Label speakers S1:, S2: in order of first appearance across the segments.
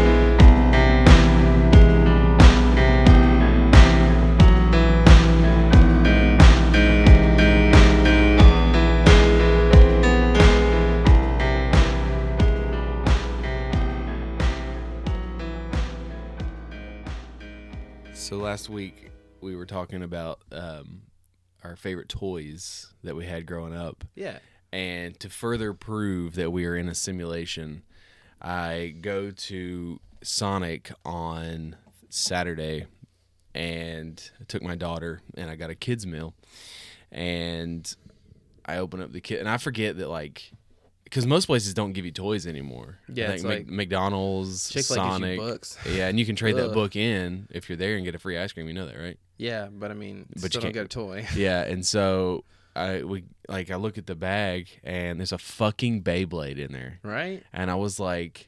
S1: So last week we were talking about um, our favorite toys that we had growing up,
S2: Yeah.
S1: and to further prove that we are in a simulation, I go to Sonic on Saturday, and I took my daughter and I got a kids meal, and I open up the kid and I forget that like. Because most places don't give you toys anymore. I
S2: Yeah,
S1: think
S2: it's
S1: Mc-
S2: like-
S1: McDonald's,
S2: Chick-fil-A gives you
S1: Sonic,
S2: bucks.
S1: yeah, and you can trade that
S2: Ugh.
S1: book in if you're there and get a free ice cream. You know that, right?
S2: Yeah, but I mean,
S1: But you
S2: still don't
S1: can't-
S2: get a toy.
S1: Yeah, and so I we like I look at the bag and there's a fucking Beyblade in there,
S2: Right?
S1: and I was like,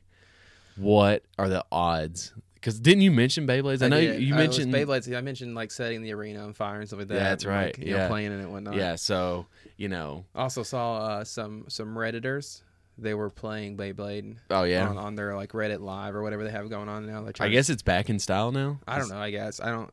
S1: "What are the odds?" Because didn't you mention Beyblades? I, know you,
S2: did.
S1: you
S2: I was
S1: mentioned
S2: Beyblades. I mentioned like setting the arena on fire and stuff like that.
S1: Yeah, that's
S2: and,
S1: right,
S2: Like, you know,
S1: yeah.
S2: playing in it and whatnot.
S1: Yeah, so you know,
S2: Also saw uh, some some redditors. They were playing Beyblade
S1: oh yeah,
S2: on, on their like Reddit Live or whatever they have going on now. Like
S1: I guess it's back in style now.
S2: I don't know. I guess I don't.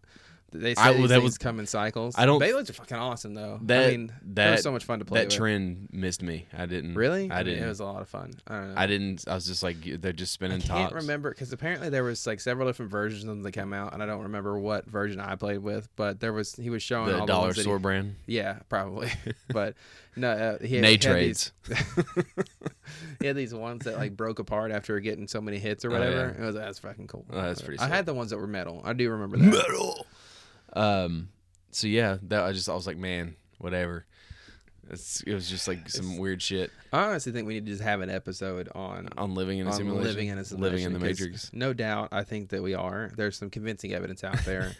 S2: They say
S1: I-
S2: these
S1: that
S2: things
S1: was-
S2: come in cycles.
S1: I don't-
S2: Beyblades are fucking awesome though.
S1: That
S2: I mean,
S1: that
S2: they're so much fun to play.
S1: that
S2: with.
S1: trend missed me. I didn't
S2: Really?
S1: I
S2: mean,
S1: didn't. I,
S2: It was a lot of fun. I don't know.
S1: didn't. I was just like they're just spinning
S2: I can't
S1: tops.
S2: remember because apparently there was like several different versions of them that came out, and I don't remember what version I played with. But there was he was showing
S1: the
S2: all the
S1: dollar
S2: ones that he-
S1: store brand.
S2: yeah, probably. but no, uh, he had,
S1: Nay
S2: he had
S1: trades.
S2: These, he had these ones that like broke apart after getting so many hits or
S1: Oh,
S2: whatever.
S1: yeah.
S2: It was that's fucking cool.
S1: Oh, that's pretty
S2: I
S1: sick.
S2: had the ones that were metal. I do remember that.
S3: Metal.
S1: Um. So yeah, that I just I was like, man, whatever. It's, it was just like some weird shit
S2: I honestly think we need to just have an episode on.
S1: on living in a
S2: on
S1: simulation,
S2: living in a simulation,
S1: living in the
S2: 'cause
S1: matrix.
S2: No doubt, I think that we are. There's some convincing evidence out there.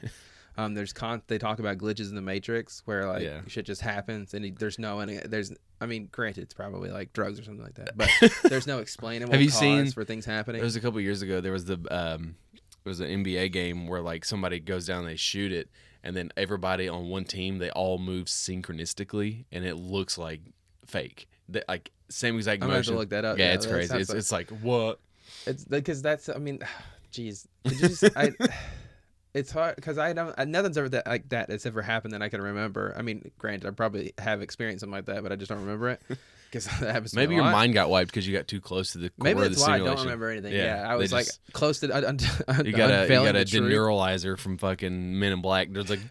S2: um, there's con- they talk about glitches in the matrix where like
S1: Yeah.
S2: shit just happens and it- there's no and there's I mean, granted, it's probably like drugs or something like that, but there's no explainable
S1: Have you
S2: cause
S1: seen-
S2: for things
S1: It
S2: happening.
S1: was a couple years ago. There was the um, it was an NBA game where like somebody goes down, they shoot it, and then everybody on one team they all move synchronistically, and it looks like fake. That like same exact
S2: I'm gonna have to
S1: motion.
S2: look that up.
S1: yeah,
S2: now.
S1: it's
S2: That
S1: crazy.
S2: sounds
S1: It's,
S2: like-
S1: it's like what?
S2: It's because that's I mean, jeez, Could you just- I- it's hard because I don't I- nothing's ever that like that that's ever happened that I can remember. I mean, granted, I probably have experienced something like that, but I just don't remember it because that happens. to me
S1: Maybe
S2: a
S1: your
S2: lot.
S1: mind got wiped because you got too close to the core
S2: Maybe
S1: of
S2: that's
S1: the
S2: why
S1: simulation.
S2: I don't remember anything.
S1: Yeah,
S2: Yeah, I
S1: they
S2: was like
S1: just-
S2: close to. Un, un, un,
S1: You got a you
S2: unveiling
S1: got a
S2: the truth.
S1: deneuralizer from fucking Men in Black. There's like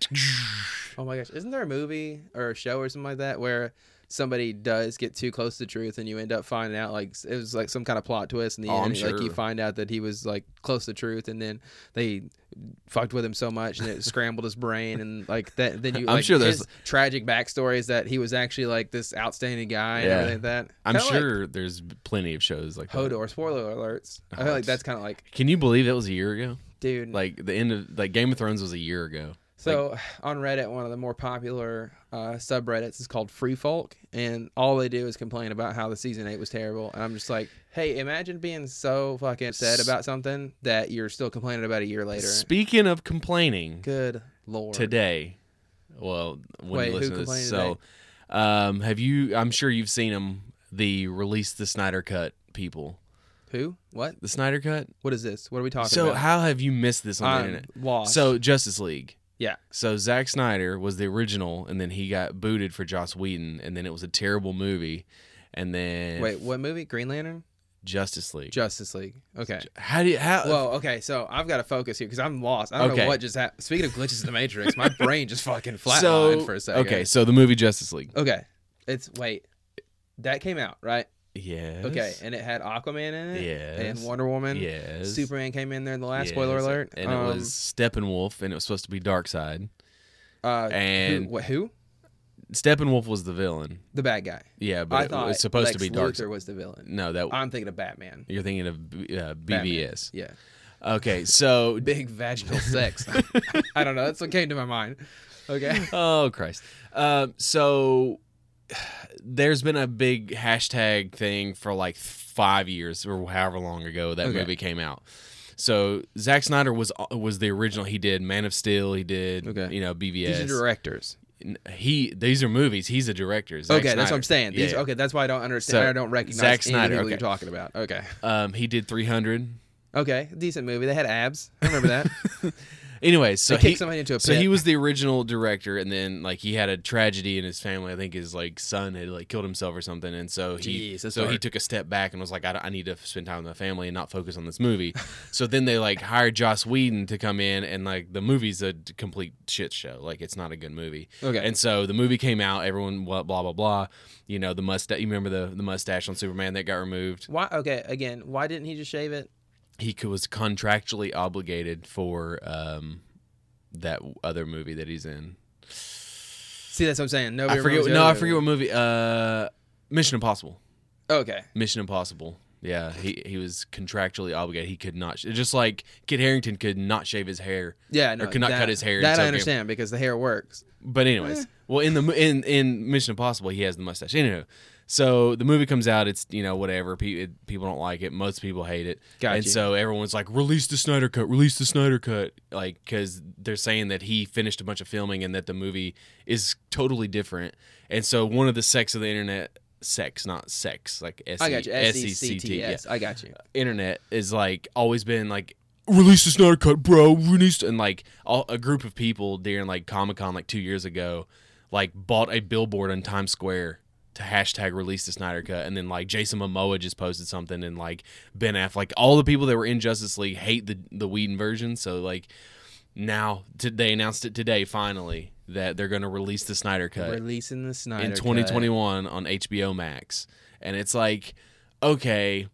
S2: Oh my gosh, isn't there a movie or a show or something like that where somebody does get too close to the truth and you end up finding out like it was like some kind of plot twist in the
S1: Oh, I'm
S2: end? Like you
S1: sure.
S2: find out that he was like close to the truth and then they fucked with him so much and it scrambled his brain and like that. Then you.
S1: I'm
S2: like,
S1: sure there's-
S2: his tragic backstory is that he was actually like this outstanding guy and
S1: Yeah.
S2: everything like that.
S1: I'm
S2: Kinda like
S1: sure there's plenty of shows like that.
S2: Hodor spoiler alerts. I feel like that's kind of like
S1: Can you believe that was a year ago?
S2: dude.
S1: Like the end of like Game of Thrones was a year ago.
S2: So on Reddit, one of the more popular uh, subreddits is called Free Folk, and all they do is complain about how the season eight was terrible. And I'm just like, hey, imagine being so fucking upset about something that you're still complaining about a year later.
S1: Speaking of complaining,
S2: Good lord.
S1: today, well, when
S2: Wait,
S1: you
S2: who
S1: listen to this,
S2: complained
S1: so um, have you? I'm sure you've seen them. The release the Snyder Cut people.
S2: Who? What?
S1: The Snyder Cut.
S2: What is this? What are we talking
S1: So
S2: about?
S1: how have you missed this on
S2: I'm
S1: the internet?
S2: lost.
S1: So Justice League.
S2: yeah,
S1: So Zack Snyder was the original, and then he got booted for Joss Whedon, and then it was a terrible movie, and then
S2: wait, what movie? Green Lantern?
S1: Justice League.
S2: Justice League. Okay.
S1: how do you how?
S2: Well, okay, so I've got to focus here because I'm lost. I don't
S1: uh, Okay.
S2: know what just happened. Speaking of glitches in the Matrix, my brain just fucking flatlined
S1: so
S2: for a second.
S1: okay, so the movie Justice League.
S2: Okay. It's wait. That came out, right?
S1: Yes.
S2: Okay. And it had Aquaman in it.
S1: Yes.
S2: And Wonder Woman.
S1: yes.
S2: Superman came in there in the last spoiler
S1: Yes.
S2: alert.
S1: And
S2: Um,
S1: it was Steppenwolf, and it was supposed to be Darkseid.
S2: uh,
S1: and-
S2: who, what, who?
S1: Steppenwolf was the villain.
S2: The bad guy.
S1: Yeah,
S2: I
S1: but it
S2: thought
S1: was supposed
S2: Lex
S1: to be
S2: Luthor
S1: Darkseid.
S2: was the villain.
S1: No, that
S2: I'm thinking of Batman.
S1: you're thinking of uh, BBS.
S2: Yeah.
S1: Okay, so
S2: Big vaginal sex. I don't know. That's what came to my mind. Okay.
S1: oh Christ. Uh, so there's been a big hashtag thing for like five years or however long ago that
S2: Okay.
S1: movie came out. So Zack Snyder was was the original. He did Man of Steel. He did
S2: Okay.
S1: you know
S2: These are
S1: BVS.
S2: directors.
S1: he these are movies. He's a director. Zack
S2: okay, that's what I'm
S1: Snyder.
S2: saying. These
S1: Yeah.
S2: okay, that's why I don't understand.
S1: So,
S2: I don't recognize
S1: Zack Snyder,
S2: anything that
S1: okay.
S2: you're talking about. Okay.
S1: Um, he did 300.
S2: Okay. Decent movie. They had abs. I remember that.
S1: Anyway, so
S2: they kicked
S1: he
S2: somebody into a pit.
S1: so he was the original director, and then like he had a tragedy in his family. I think his like son had like killed himself or something, and so he
S2: Jeez, that's
S1: so he
S2: hard.
S1: took a step back and was like, I, don't- I need to spend time with my family and not focus on this movie. so then they like hired Joss Whedon to come in, and like the movie's a d- complete shit show. Like it's not a good movie.
S2: Okay.
S1: and so the movie came out, everyone blah blah blah blah. You know the mustache. You remember the the mustache on Superman that got removed.
S2: why okay, again, why didn't he just shave it?
S1: he c- was contractually obligated for um that other movie that he's in.
S2: See that's what I'm saying. Nobody
S1: I forget.
S2: remembers the
S1: No, I
S2: other
S1: forget what movie. Uh, Mission Impossible.
S2: movie. Okay.
S1: Mission Impossible. Yeah, he he was contractually obligated. He could not sh- just like Kid Harrington could not shave his hair.
S2: Yeah, no,
S1: could not
S2: that-
S1: cut his hair
S2: That
S1: until
S2: I
S1: Game-
S2: understand because the hair works.
S1: But anyways, well in the mo- in in Mission Impossible he has the mustache. Anyway, so the movie comes out. It's you know whatever. Pe- it, people don't like it. Most people hate it.
S2: Got
S1: and
S2: you.
S1: so everyone's like, release the Snyder cut. Release the Snyder cut. Like because they're saying that he finished a bunch of filming and that the movie is totally different. And so one of the sects of the internet. Sex, not sex, like S
S2: I got you. S E C
S1: S-E-C-T,
S2: T
S1: yeah
S2: S. I got you.
S1: internet is like always been like release the Snyder cut, bro. Release and like all, a group of people during like Comic Con like two years ago, like bought a billboard on Times Square to hashtag release the Snyder cut, and then like Jason Momoa just posted something, and like Ben Affleck, like all the people that were in Justice League hate the the Whedon version, so like now t- they announced it today finally that they're going to release the Snyder cut
S2: Releasing the Snyder
S1: in
S2: Cut.
S1: 2021 on HBO Max. And it's like, okay,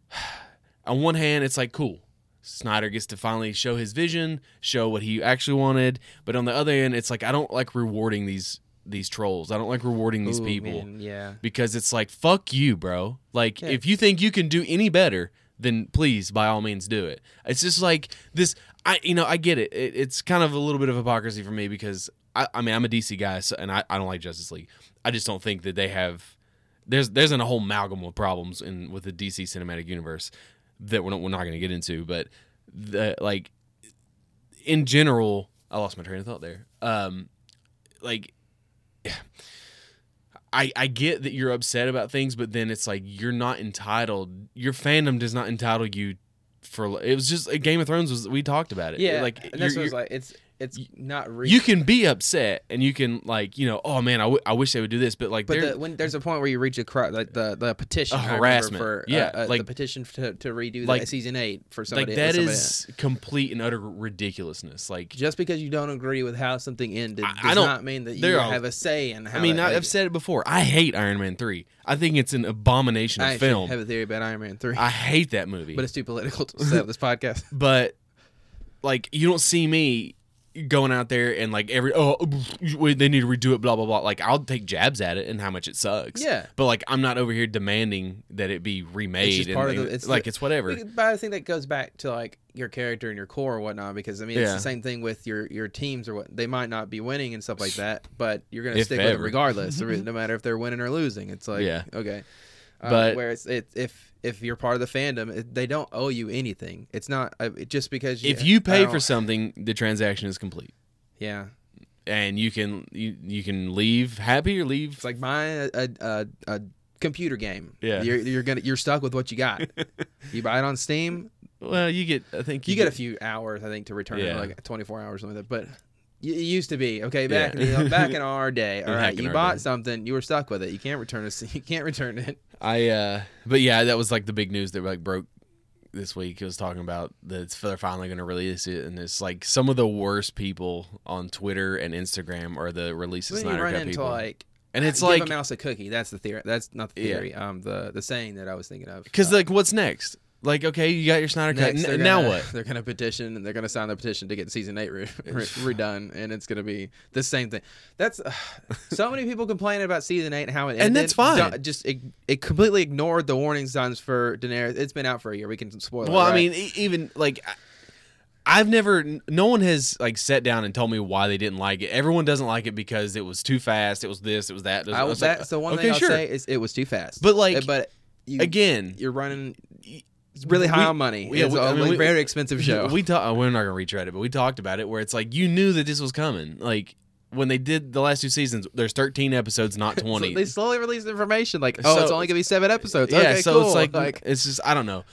S1: on one hand, it's like, cool. Snyder gets to finally show his vision, show what he actually wanted. But on the other end, it's like, I don't like rewarding these these trolls. I don't like rewarding these
S2: Ooh,
S1: people
S2: man, yeah.
S1: because it's like, fuck you, bro. Like,
S2: Yeah.
S1: if you think you can do any better, then please, by all means, do it. It's just like this. I, you know, I get it. it it's kind of a little bit of hypocrisy for me because I, I mean, I'm a DC guy, so, and I, I don't like Justice League. I just don't think that they have. There's there's an, a whole amalgam of problems in with the DC cinematic universe that we're not, we're not going to get into, but the like in general, I lost my train of thought there. Um, like, I I get that you're upset about things, but then it's like you're not entitled. Your fandom does not entitle you for. It was just uh, Game of Thrones was we talked about it.
S2: Yeah.
S1: like
S2: and that's
S1: you're-
S2: what it's like. It's it's not real.
S1: you can be upset and you can like you know oh man I, w- I wish they would do this but like
S2: But
S1: they're-
S2: the, when there's a point where you reach a cro- like the the petition
S1: A
S2: I remember
S1: harassment.
S2: for, uh,
S1: Yeah,
S2: uh,
S1: like-
S2: the petition to, to redo
S1: like-
S2: like, season eight for
S1: like
S2: somebody
S1: that
S2: somebody
S1: is complete and utter ridiculousness like
S2: just because you don't agree with how something ended
S1: I-
S2: does
S1: I don't-
S2: not mean that you
S1: there are-
S2: have a say in how
S1: I mean
S2: that,
S1: I, I've said it before I hate Iron Man three I think it's an abomination of
S2: I actually
S1: film
S2: have a theory about Iron Man three,
S1: I hate that movie
S2: but it's too political to set up this podcast.
S1: but like you don't see me going out there and like every oh wait, they need to redo it blah blah blah like I'll take jabs at it and how much it sucks
S2: Yeah.
S1: but like I'm not over here demanding that it be remade
S2: just
S1: and
S2: part of
S1: like-
S2: the- it's
S1: like
S2: the-
S1: it's whatever
S2: But I think that goes back to like your character and your core or whatnot, because I mean it's
S1: Yeah.
S2: the same thing with your your teams or what they might not be winning and stuff like that, but you're gonna
S1: If
S2: stick with
S1: ever.
S2: them regardless, so no matter if they're winning or losing. It's like
S1: Yeah.
S2: okay, uh,
S1: But-
S2: where it's it, if if you're part of the fandom, it, they don't owe you anything. It's not uh, it- just because
S1: if you
S2: I
S1: pay
S2: don't-
S1: for something the transaction is complete.
S2: yeah,
S1: and you can you, you can leave happy or leave
S2: it's like buying a a, a, a computer game.
S1: Yeah.
S2: you're, you're gonna you're stuck with what you got. you buy it on Steam,
S1: well you get I think
S2: you get a few hours, I think, to return it,
S1: Mm-hmm. Yeah.
S2: like 24 hours or something. like that. But y- it used to be okay back
S1: Yeah.
S2: in the, uh, back in our day. All
S1: Back
S2: right,
S1: in
S2: you
S1: our
S2: bought
S1: day.
S2: something, you were stuck with it. You can't return it. You can't return it.
S1: I uh but yeah that was like the big news that like broke this week it was talking about that it's, they're finally going to release it and it's like some of the worst people on Twitter and Instagram are the release of
S2: Then you
S1: Snyder
S2: run
S1: Cut
S2: into
S1: people
S2: like
S1: and it's
S2: give
S1: like
S2: a mouse a cookie. That's the theory. That's not the
S1: Yeah.
S2: theory. Um, the the saying that I was thinking of.
S1: because
S2: Uh,
S1: like what's next Like, okay, you got your Snyder cut.
S2: Next,
S1: N-
S2: they're
S1: now
S2: gonna-
S1: what?
S2: They're going to petition and they're going to sign the petition to get season eight re- re- redone, and it's going to be the same thing. That's so many people complaining about season eight and how it ended.
S1: And that's fine.
S2: Don't- Just it, it completely ignored the warning signs for Daenerys. It's been out for a year. We can spoil. it,
S1: Well, I
S2: right?
S1: mean, e- even like I- I've never n- no one has like sat down and told me why they didn't like it. Everyone doesn't like it because it was too fast, it was this, it was that. it was-
S2: I,
S1: I was like,
S2: that's the one
S1: okay,
S2: thing I'll
S1: sure.
S2: say is it was too fast. Eh,
S1: But, like,
S2: but you,
S1: Again,
S2: you're running it's really high
S1: we-
S2: on money.
S1: yeah,
S2: it's
S1: we-
S2: a
S1: I mean,
S2: like,
S1: we-
S2: very expensive show.
S1: we talk, we're not going to retread it, but we talked about it where it's like you knew that this was coming. Like when they did the last two seasons, there's 13 episodes, not 20.
S2: So they slowly released information like, oh,
S1: So-
S2: it's only gonna be seven episodes.
S1: yeah,
S2: okay,
S1: so
S2: cool.
S1: it's like, it's just I don't know.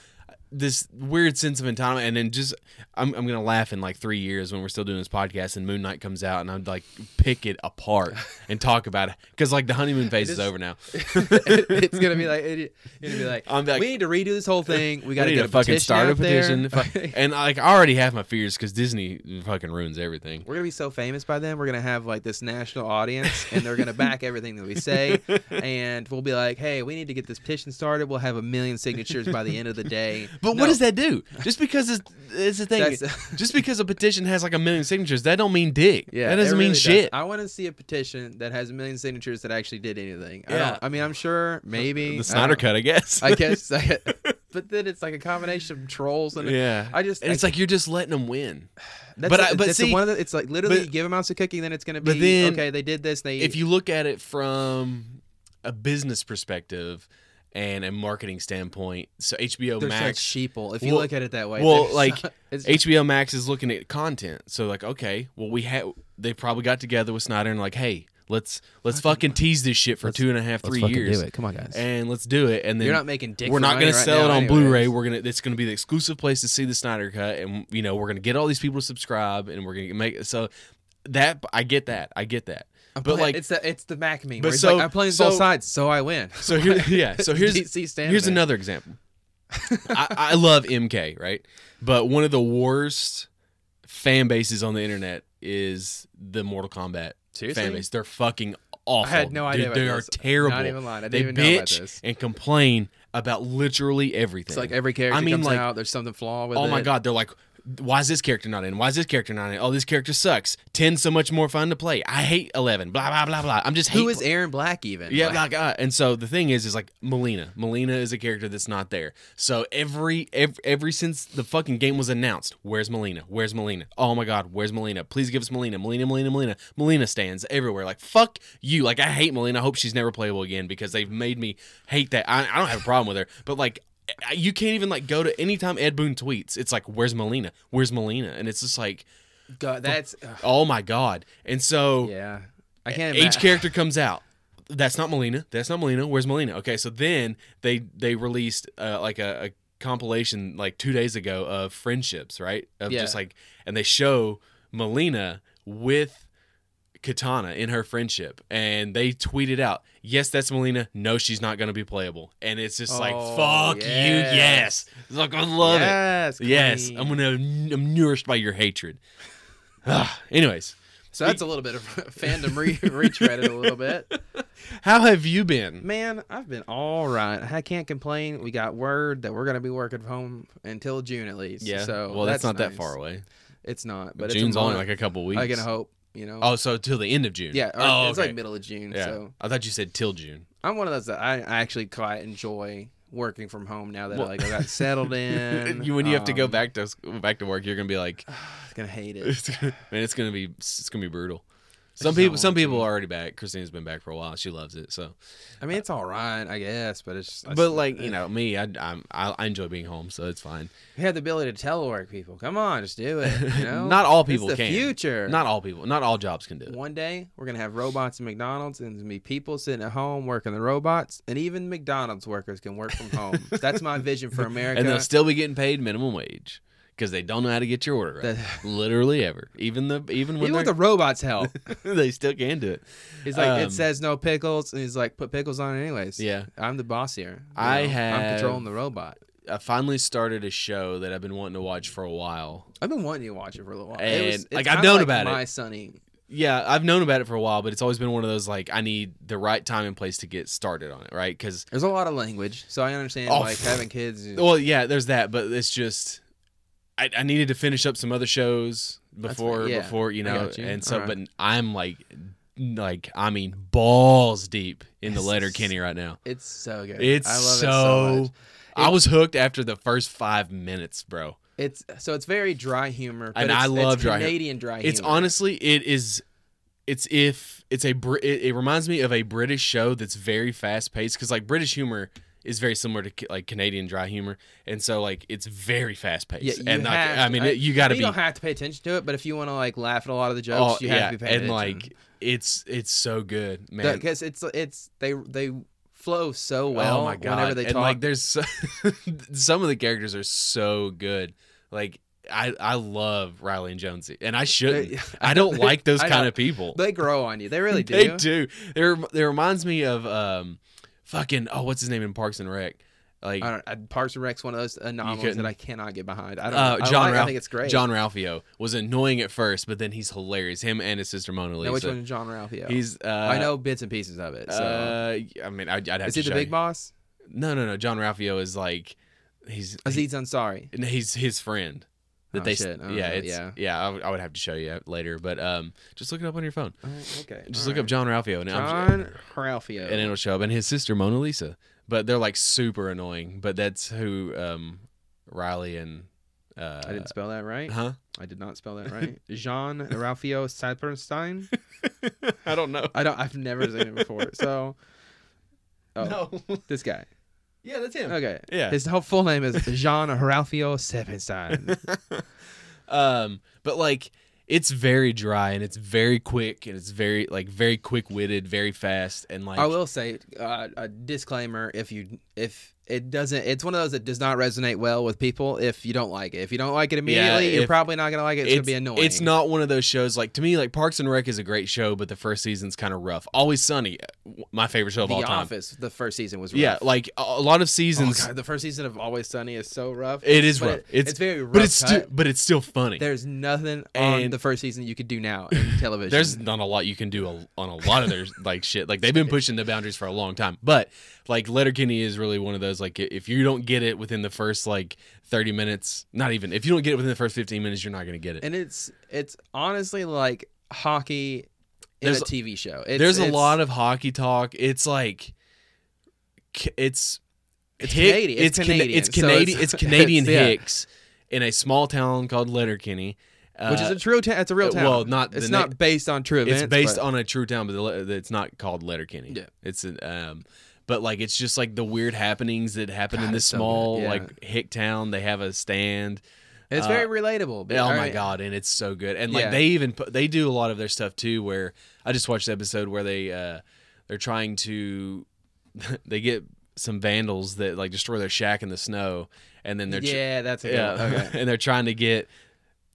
S1: This weird sense of entitlement, and then just I'm, I'm gonna laugh in like three years when we're still doing this podcast, and Moon Knight comes out, and I'm like pick it apart and talk about it because like the honeymoon phase is
S2: just-
S1: over now.
S2: it's gonna be like it, it'll be like,
S1: I'm like-
S2: we need to redo this whole thing. We gotta
S1: need
S2: get
S1: to
S2: a fucking
S1: start a petition,
S2: There.
S1: Fu- and like I already have my fears because Disney fucking ruins everything.
S2: We're gonna be so famous by then. We're gonna have like this national audience, and they're gonna back everything that we say. And we'll be like, "Hey, we need to get this petition started. We'll have a million signatures by the end of the day."
S1: But
S2: No,
S1: what does that do? Just because it's, it's the thing,
S2: That's-
S1: just because a petition has like a million signatures, that don't mean dick.
S2: Yeah,
S1: that
S2: it
S1: doesn't mean
S2: really
S1: shit.
S2: I want to see a petition that has a million signatures that actually did anything. I,
S1: Yeah.
S2: don't, I mean, I'm sure maybe
S1: The Snyder
S2: I don't-
S1: Cut, I guess.
S2: I guess, but then it's like a combination of trolls and
S1: yeah,
S2: I just
S1: and it's like you're just letting them win.
S2: That's
S1: But
S2: a-
S1: I- but
S2: that's a
S1: see-
S2: one of the, it's like literally
S1: but-
S2: you give them ounce of cookie, then it's gonna be
S1: but then
S2: okay. They did this. They
S1: if you look at it from a business perspective and a marketing standpoint, so HBO
S2: they're
S1: Max,
S2: such sheeple. If you
S1: Well-
S2: look at it that way,
S1: well,
S2: they're
S1: like
S2: so- it's,
S1: HBO Max is looking at content. So like, okay, well we had they probably got together with Snyder and like, hey, let's let's fucking tease this shit for two and a half, three years,
S2: do it. Come on, guys.
S1: and let's do it. And then
S2: You're not making dick.
S1: we're
S2: for
S1: not
S2: money
S1: going to
S2: right
S1: sell it
S2: now
S1: on
S2: anyways.
S1: Blu-ray. We're gonna it's gonna be the exclusive place to see the Snyder Cut, and you know we're gonna get all these people to subscribe, and we're gonna make so that I get that I get that.
S2: I'm
S1: but
S2: playing-
S1: like
S2: it's the it's the Mac meme.
S1: but
S2: But
S1: so-
S2: like, I'm playing
S1: so-
S2: both sides, so I win.
S1: so here yeah so here's
S2: DC stand
S1: here's
S2: man.
S1: another example. I, I love MK right, but one of the worst fan bases on the internet is the Mortal Kombat
S2: Seriously?
S1: fan base. They're fucking awful.
S2: I had no idea
S1: Dude,
S2: about
S1: they are
S2: this.
S1: terrible.
S2: Not even lying. I didn't
S1: they
S2: even know
S1: bitch
S2: about this.
S1: and complain about literally everything.
S2: It's like every character
S1: I mean,
S2: comes
S1: like,
S2: out. There's something flawed with it.
S1: oh my god they're like why is this character not in why is this character not in oh this character sucks 10 so much more fun to play i hate 11 blah blah blah blah i'm just hate
S2: Who is Aaron Black even?
S1: yeah
S2: Like,
S1: blah, blah. and so the thing is is like melina melina is a character that's not there so every every, every since the fucking game was announced where's melina where's melina oh my god where's melina please give us melina melina melina melina melina stands everywhere like fuck you like i hate melina i hope she's never playable again because they've made me hate that i, I don't have a problem with her but like I- you can't even like go to anytime Ed Boon tweets. It's like, where's Melina? Where's Melina? And it's just like,
S2: God, that's ugh,
S1: oh my god. And so
S2: yeah. I can't.
S1: each
S2: imma-
S1: Oh. character comes out. That's not Melina. That's not Melina. Where's Melina? Okay, so then they they released uh, like a, a compilation like two days ago of friendships, right? Of
S2: Yeah.
S1: just like, and they show Melina with Katana in her friendship, and they tweeted out, "Yes, that's Melina. No, she's not going to be playable." And it's just like,
S2: Oh,
S1: "Fuck you,
S2: yes.
S1: yes." It's like I love it.
S2: Yes.
S1: Yes,
S2: queen.
S1: I'm gonna. I'm nourished by your hatred. Ah, anyways,
S2: So that's a little bit of fandom re- retreaded a little bit.
S1: how have you been?
S2: Man, I've been all right. I can't complain. We got word that we're gonna be working from home until June at least.
S1: Yeah.
S2: So
S1: well, that's, not that
S2: nice.
S1: far away.
S2: It's not, but
S1: June's
S2: it's a
S1: only
S2: month.
S1: like a couple weeks.
S2: I can hope. You know.
S1: Oh, so till the end of June.
S2: yeah. Or
S1: oh,
S2: It's
S1: okay.
S2: like middle of June.
S1: Yeah.
S2: So
S1: I thought you said till June.
S2: I'm one of those that I, I actually quite enjoy working from home now that
S1: Well-
S2: like I got settled in.
S1: You- when you have to go
S2: Um,
S1: back to s- back to work, you're gonna be like,
S2: I'm gonna hate it.
S1: it's gonna, man, it's gonna be it's gonna be brutal. Some
S2: just not
S1: people, some
S2: wanna do
S1: people are already back. Christina's been back for a while. She loves it. So,
S2: I mean, it's all right, I guess, but it's. Just, I eh.
S1: but
S2: just-
S1: like you know, me, I I'm, I I enjoy being home, so it's fine.
S2: we have the ability to telework people. Come on, just do it. You know?
S1: Not all
S2: It's
S1: people
S2: the
S1: can.
S2: Future.
S1: Not all people, not all jobs can do it.
S2: One day we're gonna have robots in McDonald's, and there's gonna be people sitting at home working the robots, and even McDonald's workers can work from home. That's my vision for America.
S1: and they'll still be getting paid minimum wage because they don't know how to get your order right.
S2: That-
S1: Literally ever, even the even when
S2: even with
S1: they're-
S2: the robots' help,
S1: they still can do it.
S2: he's like,
S1: Um,
S2: it says no pickles, and he's like, put pickles on it anyways.
S1: Yeah.
S2: I'm the boss here. you
S1: I
S2: I'm
S1: have-
S2: controlling the robot.
S1: I finally started a show that I've been wanting to watch for a while.
S2: I've been wanting you to watch it for a little while.
S1: And,
S2: it was, it's
S1: like, I've
S2: kinda
S1: known
S2: like
S1: about it.
S2: my My Sunny
S1: Yeah, I've known about it for a while, but it's always been one of those like I need the right time and place to get started on it, right? Because
S2: There's a lot of language, so I understand
S1: Oh,
S2: like having kids. is-
S1: well, yeah, there's that, but it's just I, I needed to finish up some other shows before
S2: yeah.
S1: before you
S2: I
S1: know,
S2: got you.
S1: and so
S2: All
S1: but
S2: right.
S1: I'm like like I mean balls deep in the
S2: Yes.
S1: letter Kenny right now.
S2: It's so good.
S1: It's
S2: I love
S1: so,
S2: it so much.
S1: I was hooked after the first five minutes, bro.
S2: It's so it's very dry humor, but
S1: And
S2: it's,
S1: I love
S2: it's
S1: dry humor.
S2: Canadian dry humor.
S1: It's honestly, it is. It's if it's a Br- it, it reminds me of a British show that's very fast paced because like British humor is very similar to ca- like Canadian dry humor, and so like it's very fast paced.
S2: Yeah, you
S1: and like,
S2: have
S1: I
S2: to-
S1: mean, it- you got to
S2: You
S1: be Oh,
S2: don't have to pay attention to it, but if you want to like laugh at a lot of the jokes, you have to be paying
S1: and
S2: attention.
S1: like it's it's so good, man.
S2: because it's it's they they flow so well
S1: oh my god!
S2: whenever they
S1: and
S2: talk.
S1: like there's so, some of the characters are so good, like. I, I love Riley and Jonesy, and I shouldn't. I don't like those
S2: I
S1: kind
S2: know.
S1: of people.
S2: they grow on you. They really do.
S1: They do. They rem- they reminds me of um, fucking oh, what's his name in Parks and Rec? Like
S2: I don't, I, Parks and Rec's one of those anomalies that
S1: couldn't-
S2: I cannot get behind. I don't.
S1: uh,
S2: know. I
S1: John.
S2: like- I,
S1: Ralph-
S2: think it's great.
S1: John Ralphio was annoying at first, but then he's hilarious. Him and his sister Mona Lisa.
S2: Now, which one is John Ralphio?
S1: He's. Uh,
S2: I know bits and pieces of it. So.
S1: uh, I mean, I, I'd have
S2: is
S1: to.
S2: he the
S1: show
S2: big
S1: you.
S2: boss?
S1: No, no, no. John Ralphio is like, he's he-
S2: Aziz Ansari.
S1: and he's his friend. That
S2: Oh,
S1: they,
S2: shit. I don't
S1: yeah,
S2: know.
S1: it's, yeah,
S2: Yeah.
S1: I would- I would have to show you later, but um, just look it up on your phone.
S2: Oh, okay.
S1: Just
S2: all
S1: look
S2: right.
S1: up John Ralphio, and I'm,
S2: John Ralphio.
S1: and it'll show up and his sister mona lisa but they're like super annoying but that's who um riley and uh
S2: I didn't spell that right.
S1: huh
S2: I did not spell that right. Jean Ralphio Saperstein.
S1: i don't know
S2: I don't. I've never seen it before. So, oh,
S1: no
S2: this guy.
S1: yeah that's him
S2: Okay.
S1: yeah
S2: His whole full name is Jean Ralphio Saperstein.
S1: um but like it's very dry and it's very quick and it's very like very quick witted very fast and like
S2: I will say uh, a disclaimer: if you if it doesn't, it's one of those that does not resonate well with people. If you don't like it, if you don't like it immediately, you're
S1: if-
S2: probably not gonna like it. It's, gonna be annoying.
S1: It's not one of those shows like to me like Parks and Rec is a great show, but the first season's kind of rough. Always Sunny, uh, my favorite show of
S2: The
S1: all time.
S2: Office. The first season was rough.
S1: Yeah, like a a lot of
S2: Oh,
S1: seasons
S2: God, the first season of Always Sunny is so rough.
S1: It is
S2: But
S1: rough.
S2: it-
S1: it's,
S2: it's very rough
S1: but it's still
S2: cut.
S1: but it's still funny.
S2: There's nothing on
S1: And-
S2: the first season you could do now in television.
S1: There's not a lot you can do a- on a lot of their like shit. Like they've been pushing the boundaries for a long time, but like Letterkenny is really one of those like i- if you don't get it within the first like 30 minutes, not even if you don't get it within the first 15 minutes, you're not gonna get it.
S2: and it's it's honestly like hockey in
S1: There's-
S2: a TV show. It's,
S1: There's a
S2: it's-
S1: lot of hockey talk. It's like c- it's
S2: It's
S1: hick-
S2: Canadian. It's
S1: Cana-
S2: Canadian,
S1: It's
S2: so
S1: Canadian.
S2: it's-
S1: It's Canadian
S2: it's- yeah.
S1: hicks in a small town called Letterkenny,
S2: which is a true. Ta- it's a real town.
S1: uh, Well, not
S2: It's
S1: the na-
S2: not based on true events.
S1: it's based
S2: but
S1: on a true town, but the le- it's not called Letterkenny.
S2: Yeah.
S1: it's an, um, but like it's just like the weird happenings that happen in
S2: God,
S1: this
S2: it's so
S1: small
S2: good. Yeah.
S1: like hick town. They have a stand.
S2: It's
S1: uh,
S2: very relatable. but-
S1: oh
S2: all
S1: my
S2: right.
S1: god, and it's so good. And like
S2: Yeah.
S1: they even put, they do a lot of their stuff too. Where I just watched the episode where they uh, they're trying to they get some vandals that like destroy their shack in the snow, and then they're tr-
S2: yeah, that's a good
S1: yeah.
S2: one. Okay.
S1: and they're trying to get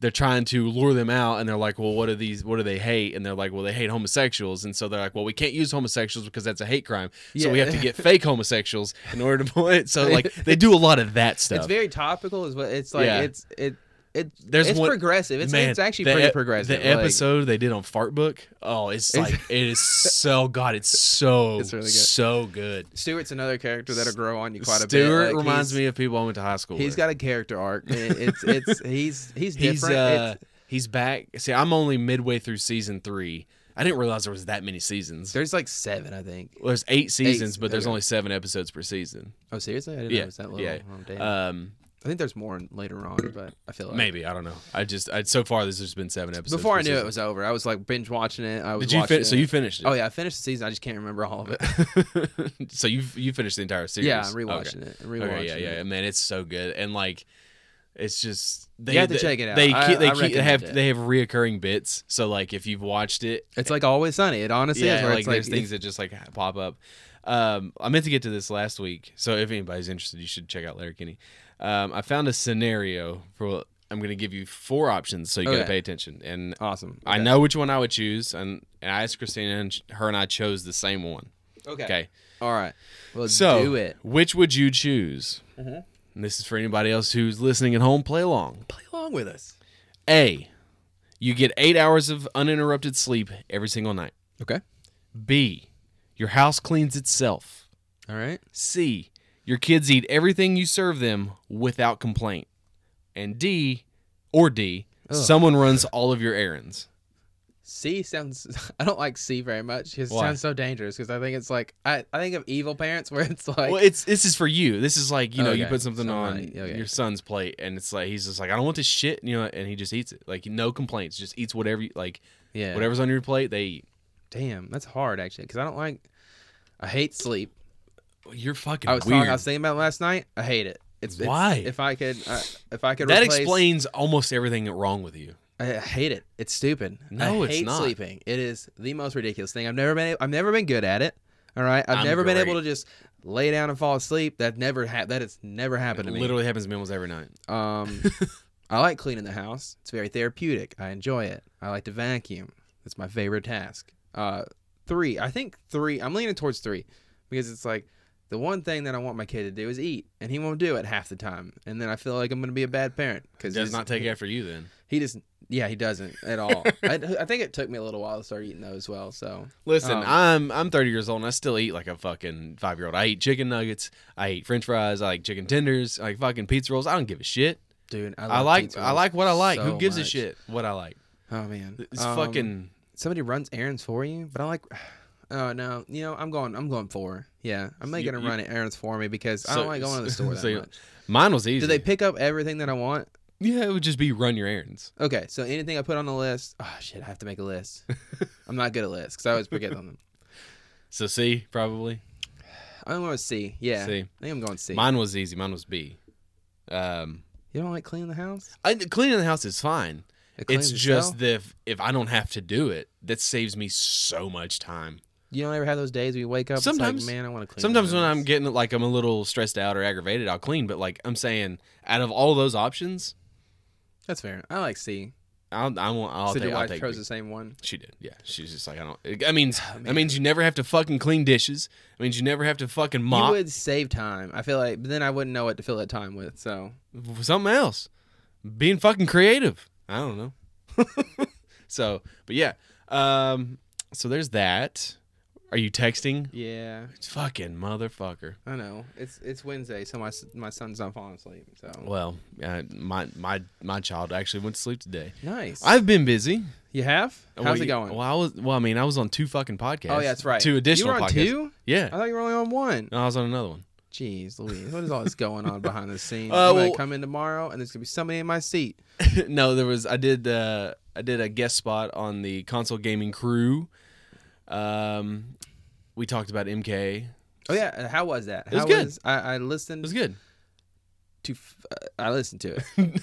S1: they're trying to lure them out and they're like, "Well, what are these what do they hate?" And they're like, "Well, they hate homosexuals." And so they're like, "Well, we can't use homosexuals because that's a hate crime. So we
S2: Yeah.
S1: have to get fake homosexuals in order to pull it." So like they do a lot of that stuff.
S2: It's very topical. Is what it's like.
S1: Yeah.
S2: It's it. It,
S1: There's
S2: it's
S1: one-
S2: progressive. It's,
S1: Man,
S2: it's actually
S1: the
S2: pretty
S1: ep-
S2: progressive.
S1: The
S2: like,
S1: episode they did on Fart Book, oh, it's like it is so god, it's so
S2: It's really good.
S1: so good.
S2: Stewart's another character that'll grow on you quite a bit.
S1: Stewart
S2: Like,
S1: reminds
S2: he's-
S1: me of people I went to high school.
S2: He's
S1: with.
S2: got a character arc. It- It's it's he's he's
S1: He's
S2: different.
S1: uh,
S2: It's-
S1: he's back. See, I'm only midway through season three. I didn't realize there was that many seasons.
S2: there's like seven, I think.
S1: Well, there's eight seasons, but there's
S2: okay.
S1: only seven episodes per season.
S2: Oh, seriously? I didn't know
S1: Yeah,
S2: it was that little.
S1: yeah.
S2: Oh, damn.
S1: Um,
S2: I think there's more later on, but I feel like
S1: maybe I don't know. I just I, so far there's just been seven episodes.
S2: before
S1: per
S2: I knew it
S1: season.
S2: was over, I was like binge watching it. I was
S1: Did you
S2: watching
S1: fin- so
S2: it.
S1: you finished it?
S2: Oh yeah, I finished the season. I just can't remember all of it.
S1: yeah. so you you finished the entire series?
S2: yeah, I'm
S1: Okay.
S2: rewatching it. I'm rewatching
S1: Okay, yeah, yeah,
S2: it.
S1: man, it's so good, and like, it's just they
S2: have to
S1: they-
S2: check it out.
S1: They
S2: I-
S1: keep, they
S2: I
S1: keep, they
S2: recommend
S1: have
S2: it.
S1: they have reoccurring bits. So like, if you've watched it,
S2: It's like always sunny. It honestly is.
S1: yeah,
S2: Where
S1: like,
S2: it's
S1: there's
S2: like, e-,
S1: things that just like pop up. Um, I meant to get to this last week, so if anybody's interested, you should check out Larry Kenny. Um, I found a scenario for. I'm going to give you four options, so you got to
S2: Okay.
S1: pay attention. And um,
S2: awesome.
S1: I
S2: Okay.
S1: know which one I would choose, and, and I asked Christina, and sh- her and I chose the same one.
S2: Okay.
S1: Okay,
S2: All right. Well,
S1: so
S2: do it. Mm-hmm.
S1: which would you choose? And this is for anybody else who's listening at home. Play along.
S2: Play along with us.
S1: A. You get eight hours of uninterrupted sleep every single night.
S2: Okay.
S1: B. Your house cleans itself.
S2: All right.
S1: C. Your kids eat everything you serve them without complaint. And D. Or D.
S2: Ugh.
S1: Someone runs all of your errands.
S2: C sounds. I don't like C very much because it
S1: Why?
S2: sounds so dangerous. Because I think it's like I, I think of evil parents where it's like
S1: well, it's this is for you. This is like you know you
S2: Okay.
S1: put something
S2: So,
S1: on
S2: like, okay.
S1: your son's plate, and it's like he's just like I don't want this shit, you know, and he just eats it. Like no complaints, just eats whatever you, like
S2: yeah
S1: whatever's on your plate. They eat.
S2: Damn, that's hard actually because I don't like. I hate sleep.
S1: You're fucking
S2: I was
S1: weird.
S2: talking. I was thinking about it last night. I hate it. It's it's-
S1: Why?
S2: if I could, uh, if I could.
S1: that
S2: replace,
S1: explains almost everything wrong with you.
S2: I I hate it. It's stupid.
S1: No,
S2: I
S1: it's
S2: hate
S1: not.
S2: sleeping. It is the most ridiculous thing. I've never been. I've never been good at it. All right. I've
S1: I'm
S2: never been able
S1: great.
S2: to just lay down and fall asleep. That never ha- That has never happened
S1: It
S2: to me.
S1: literally happens to me almost every night.
S2: Um, I like cleaning the house. It's very therapeutic. I enjoy it. I like to vacuum. It's my favorite task. Uh, three. I think three. I'm leaning towards three because it's like the one thing that I want my kid to do is eat, and he won't do it half the time. And then I feel like I'm going to be a bad parent
S1: It
S2: because
S1: does not take after you then.
S2: He just yeah, he doesn't at all. I, I think it took me a little while to start eating those well. So
S1: Listen,
S2: Um,
S1: I'm I'm 30 years old and I still eat like a fucking five year old. I eat chicken nuggets, I eat French fries, I like chicken tenders, I like fucking pizza rolls. I don't give a shit.
S2: dude, I,
S1: I
S2: love
S1: like
S2: pizza
S1: I
S2: rolls
S1: like what I like.
S2: so
S1: Who gives a
S2: much.
S1: shit what I like?
S2: Oh man,
S1: It's
S2: Um,
S1: fucking
S2: somebody runs errands for you, but I like. Oh no, you know I'm going. I'm going four. Yeah, I'm making
S1: You-
S2: them
S1: you-
S2: run errands for me because I
S1: So-
S2: don't like going to the store that
S1: so you-
S2: much.
S1: mine was easy.
S2: Do they pick up everything that I want?
S1: Yeah, it would just be run your errands.
S2: Okay, so anything I put on the list. Oh shit, I have to make a list. I'm not good at lists because I always forget on them.
S1: So C probably.
S2: I'm going to C. Yeah,
S1: C.
S2: I think I'm going C.
S1: Mine was easy. Mine was B. Um,
S2: you don't like cleaning the house?
S1: I, cleaning the house is fine.
S2: It
S1: It's
S2: cleans
S1: just
S2: itself?
S1: that if, if I don't have to do it, that saves me so much time.
S2: you don't ever have those days where you wake up. it's like,
S1: Sometimes-
S2: man, I want to clean.
S1: Sometimes when I'm
S2: getting
S1: getting like I'm a little stressed out or aggravated, I'll clean. But like I'm saying, out of all those options,
S2: that's fair. I like C.
S1: I'll I won't, I'll
S2: so
S1: take.
S2: your
S1: I'll
S2: wife
S1: take
S2: chose
S1: B.
S2: the same one.
S1: She did. Yeah, she's just like I don't. I mean,
S2: Oh,
S1: that means you never have to fucking clean dishes. It means you never have to fucking mop.
S2: You would save time. I feel like, but then I wouldn't know what to fill that time with. So
S1: something else. Being fucking creative. I don't know. so, but yeah. Um, so there's that. Are you texting?
S2: yeah.
S1: It's fucking motherfucker.
S2: I know it's it's Wednesday, so my s- my son's not falling asleep. So
S1: Well, uh, my my my child actually went to sleep today.
S2: nice.
S1: I've been busy.
S2: you have? How's
S1: Well,
S2: it
S1: you-
S2: going?
S1: Well, I was. Well, I mean, I was on two fucking podcasts.
S2: oh yeah, that's right.
S1: Two additional
S2: You were on
S1: podcasts.
S2: two?
S1: Yeah.
S2: I thought you were only on one.
S1: No, I was on another one.
S2: Jeez, Louise, what is all this going on behind the scenes?
S1: Uh,
S2: I'm gonna
S1: well-
S2: come in tomorrow, and there's gonna be somebody in my seat.
S1: no, there was. I did. Uh, I did a guest spot on the console gaming crew. Um, we talked about MK.
S2: Oh yeah, uh, how was that? It
S1: was
S2: how
S1: good.
S2: I, I
S1: It
S2: listened
S1: was good.
S2: to. f- Uh, I listened to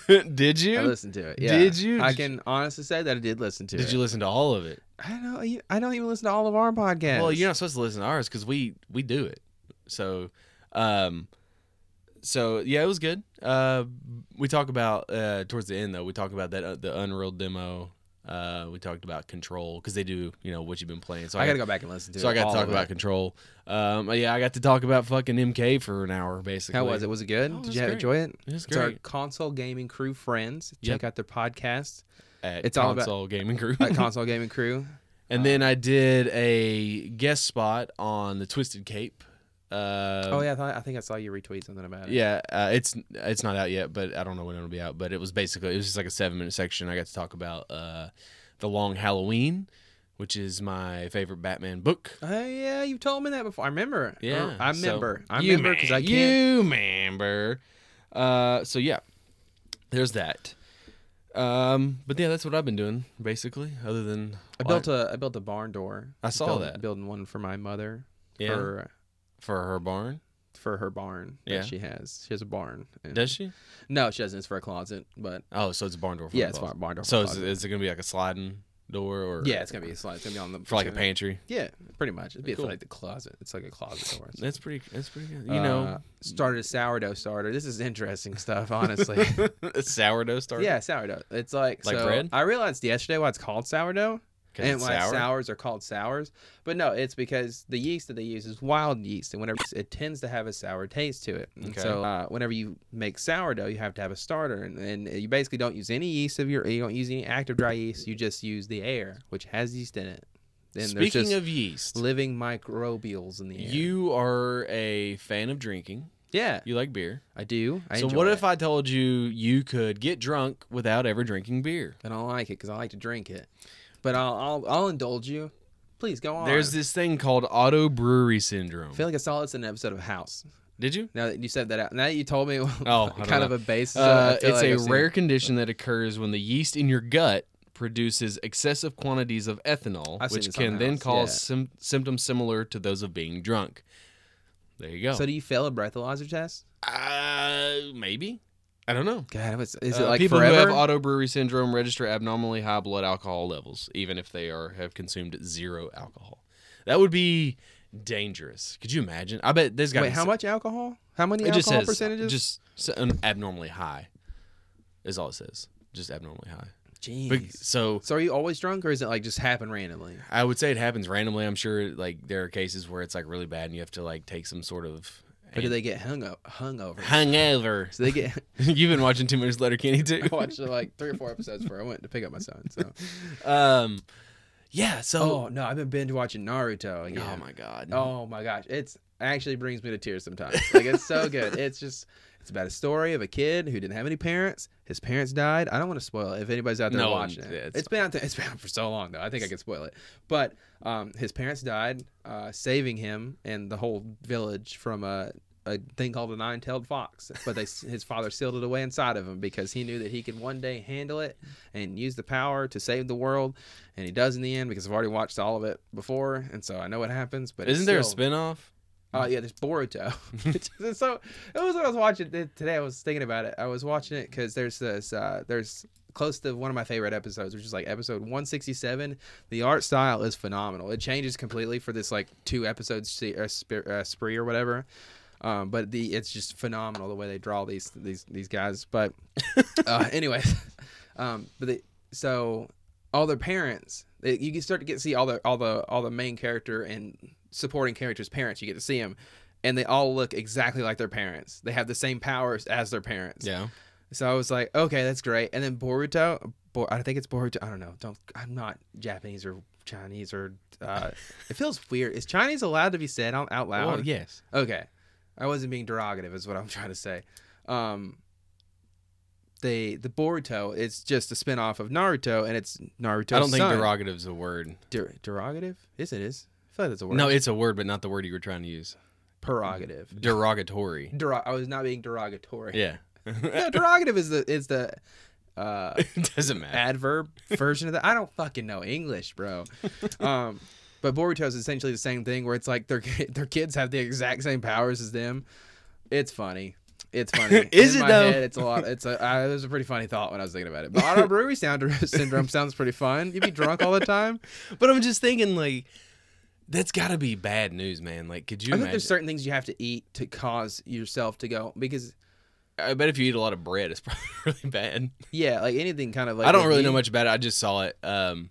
S2: it.
S1: did you?
S2: I listened to it. Yeah.
S1: Did you?
S2: I
S1: Did you-
S2: can honestly say that I did listen to it.
S1: Did you listen to all of it?
S2: I don't know. you- I don't even listen to all of our podcasts.
S1: Well, you're not supposed to listen to ours because we we do it. So, um, so yeah, it was good. Uh, we talk about uh towards the end though. We talk about that uh, the Unreal demo. Uh, we talked about control because they do you know what you've been playing. So
S2: I gotta go back and listen to it.
S1: So I got to
S2: all
S1: talk
S2: of
S1: about
S2: it.
S1: control. Um, yeah, I got to talk about fucking MK for an hour basically.
S2: How was it? Was it good?
S1: Oh, it
S2: did
S1: was
S2: you have-
S1: great.
S2: enjoy it?
S1: It was
S2: It's our
S1: great.
S2: console gaming crew friends.
S1: Yep.
S2: Check out their podcast
S1: At
S2: it's all about-
S1: console gaming group.
S2: at Console Gaming Crew.
S1: and then I did a guest spot on the Twisted Cape. Uh,
S2: oh yeah, I, thought, I think I saw you retweet something about it.
S1: Yeah, uh, it's it's not out yet, but I don't know when it'll be out. But it was basically it was just like a seven minute section. I got to talk about uh, the Long Halloween, which is my favorite Batman book.
S2: Oh yeah, you told me that before. I remember.
S1: Yeah,
S2: I
S1: so-
S2: remember. I
S1: You
S2: remember because I
S1: man-
S2: can't.
S1: You remember? Uh, so yeah, there's that. Um, but yeah, that's what I've been doing basically. Other than
S2: I built a I built a barn door.
S1: I saw
S2: Built-
S1: that.
S2: building one for my mother.
S1: Yeah.
S2: For,
S1: for her barn.
S2: for her barn that
S1: Yeah.
S2: she has. She has a barn. and-
S1: Does she?
S2: No, she doesn't. It's for a closet. But
S1: Oh, so it's a barn door. For
S2: yeah,
S1: the
S2: it's
S1: closet.
S2: a barn door. for a
S1: So is,
S2: closet.
S1: is it gonna be like a sliding door or?
S2: yeah, it's gonna be a slide. It's gonna be on the
S1: for like a
S2: it's gonna-
S1: pantry.
S2: Yeah, pretty much. It'd be
S1: Cool.
S2: for like the closet. It's like a closet door.
S1: That's pretty. That's pretty good. You know,
S2: Uh, started a sourdough starter. This is interesting stuff, honestly.
S1: sourdough starter.
S2: Uh, yeah, sourdough. It's like,
S1: Like
S2: so
S1: bread?
S2: I realized yesterday why it's called sourdough and
S1: it's
S2: why
S1: sour?
S2: sours are called sours. But no, it's because the yeast that they use is wild yeast, and whenever it tends to have a sour taste to it. And
S1: Okay.
S2: so uh, whenever you make sourdough, you have to have a starter, and, and you basically don't use any yeast of your. You don't use any active dry yeast. You just use the air, which has yeast in it. Then there's
S1: Speaking
S2: just
S1: of yeast,
S2: living microbials in the air.
S1: you are a fan of drinking.
S2: yeah,
S1: You like beer.
S2: I do. I
S1: so
S2: enjoy
S1: what
S2: it.
S1: if I told you you could get drunk without ever drinking beer?
S2: I don't like it because I like to drink it, but I'll I'll, I'll indulge you. Please go on.
S1: There's this thing called auto brewery syndrome.
S2: I feel like I saw this in an episode of House.
S1: Did you?
S2: Now that you said that out, now that you told me
S1: Oh, I don't
S2: kind of
S1: know.
S2: a basis. of it, I
S1: Uh,
S2: feel
S1: it's
S2: like
S1: a
S2: I've seen
S1: rare
S2: it.
S1: condition that occurs when the yeast in your gut produces excessive quantities of ethanol,
S2: I've seen
S1: which
S2: this on
S1: can then
S2: House,
S1: cause
S2: yeah.
S1: sym- symptoms similar to those of being drunk. There you go.
S2: So do you fail a breathalyzer test?
S1: uh, maybe. I don't know.
S2: God, it's, is it
S1: Uh,
S2: like
S1: people
S2: forever?
S1: who have auto brewery syndrome register abnormally high blood alcohol levels, even if they are have consumed zero alcohol. That would be dangerous. Could you imagine? I bet there's got
S2: Wait, how much alcohol? How many
S1: It
S2: alcohol
S1: just says uh,
S2: percentages?
S1: just s- um, abnormally high. Is all it says. Just abnormally high.
S2: Jeez.
S1: But, so
S2: so are you always drunk, or is it like just happen randomly?
S1: I would say it happens randomly. I'm sure like there are cases where it's like really bad and you have to like take some sort of
S2: Or do they get hung up, hungover?
S1: hungover.
S2: So they get.
S1: You've been watching too much Letter Kenny too.
S2: I watched like three or four episodes before I went to pick up my son. So.
S1: Um, yeah.
S2: Oh
S1: So
S2: no, I've been binge watching Naruto again.
S1: oh my god.
S2: Oh my gosh, it's actually brings me to tears sometimes. Like it's so good. It's just it's about a story of a kid who didn't have any parents. His parents died. I don't want to spoil it if anybody's out there
S1: No,
S2: watching it.
S1: yeah, it's
S2: it's been out there. It's been out for so long though. I think I can spoil it. But um, his parents died, uh, saving him and the whole village from a. A thing called a nine-tailed fox, but they, his father sealed it away inside of him because he knew that he could one day handle it and use the power to save the world, and he does in the end because I've already watched all of it before, and so I know what happens. But it's
S1: Isn't there a
S2: still-
S1: spinoff?
S2: Oh yeah, there's Boruto. It's just so it was what I was watching it- today. I was thinking about it. I was watching it because there's this uh, there's close to one of my favorite episodes, which is like episode 167. The art style is phenomenal. It changes completely for this like two episodes se- uh, sp- uh, spree or whatever. Um, but the it's just phenomenal the way they draw these these these guys. But uh, anyways, um, but they, so all their parents, they, you can start to get to see all the all the all the main character and supporting characters' parents. You get to see them, and they all look exactly like their parents. They have the same powers as their parents.
S1: Yeah.
S2: So I was like, okay, that's great. And then Boruto, Bo- I think it's Boruto. I don't know. Don't. I'm not Japanese or Chinese or. Uh, it feels weird. Is Chinese allowed to be said out out loud?
S1: Oh yes.
S2: Okay. I wasn't being derogative is what I'm trying to say. Um they the Boruto it's just a spin-off of Naruto and it's Naruto's
S1: I don't think
S2: son.
S1: derogative's a word.
S2: Der- derogative? Yes it is. I feel like that's a word.
S1: No, it's a word, but not the word you were trying to use.
S2: prerogative.
S1: Derogatory.
S2: Dero- I was not being derogatory.
S1: Yeah.
S2: No, derogative is the is the uh
S1: Doesn't matter.
S2: adverb version of that. I don't fucking know English, bro. Um, but Boruto is essentially the same thing, where it's like their ki- their kids have the exact same powers as them. It's funny. It's funny.
S1: Is
S2: In
S1: it
S2: my
S1: though?
S2: Head, it's a lot. It's a. Uh, it was a pretty funny thought when I was thinking about it. But auto brewery sound syndrome sounds pretty fun. You'd be drunk all the time.
S1: But I'm just thinking like that's got to be bad news, man. Like could you
S2: I think
S1: imagine?
S2: there's certain things you have to eat to cause yourself to go because
S1: I bet if you eat a lot of bread, it's probably really bad.
S2: yeah, like anything kind of like
S1: I don't
S2: with
S1: really
S2: meat.
S1: know much about it. I just saw it. Um,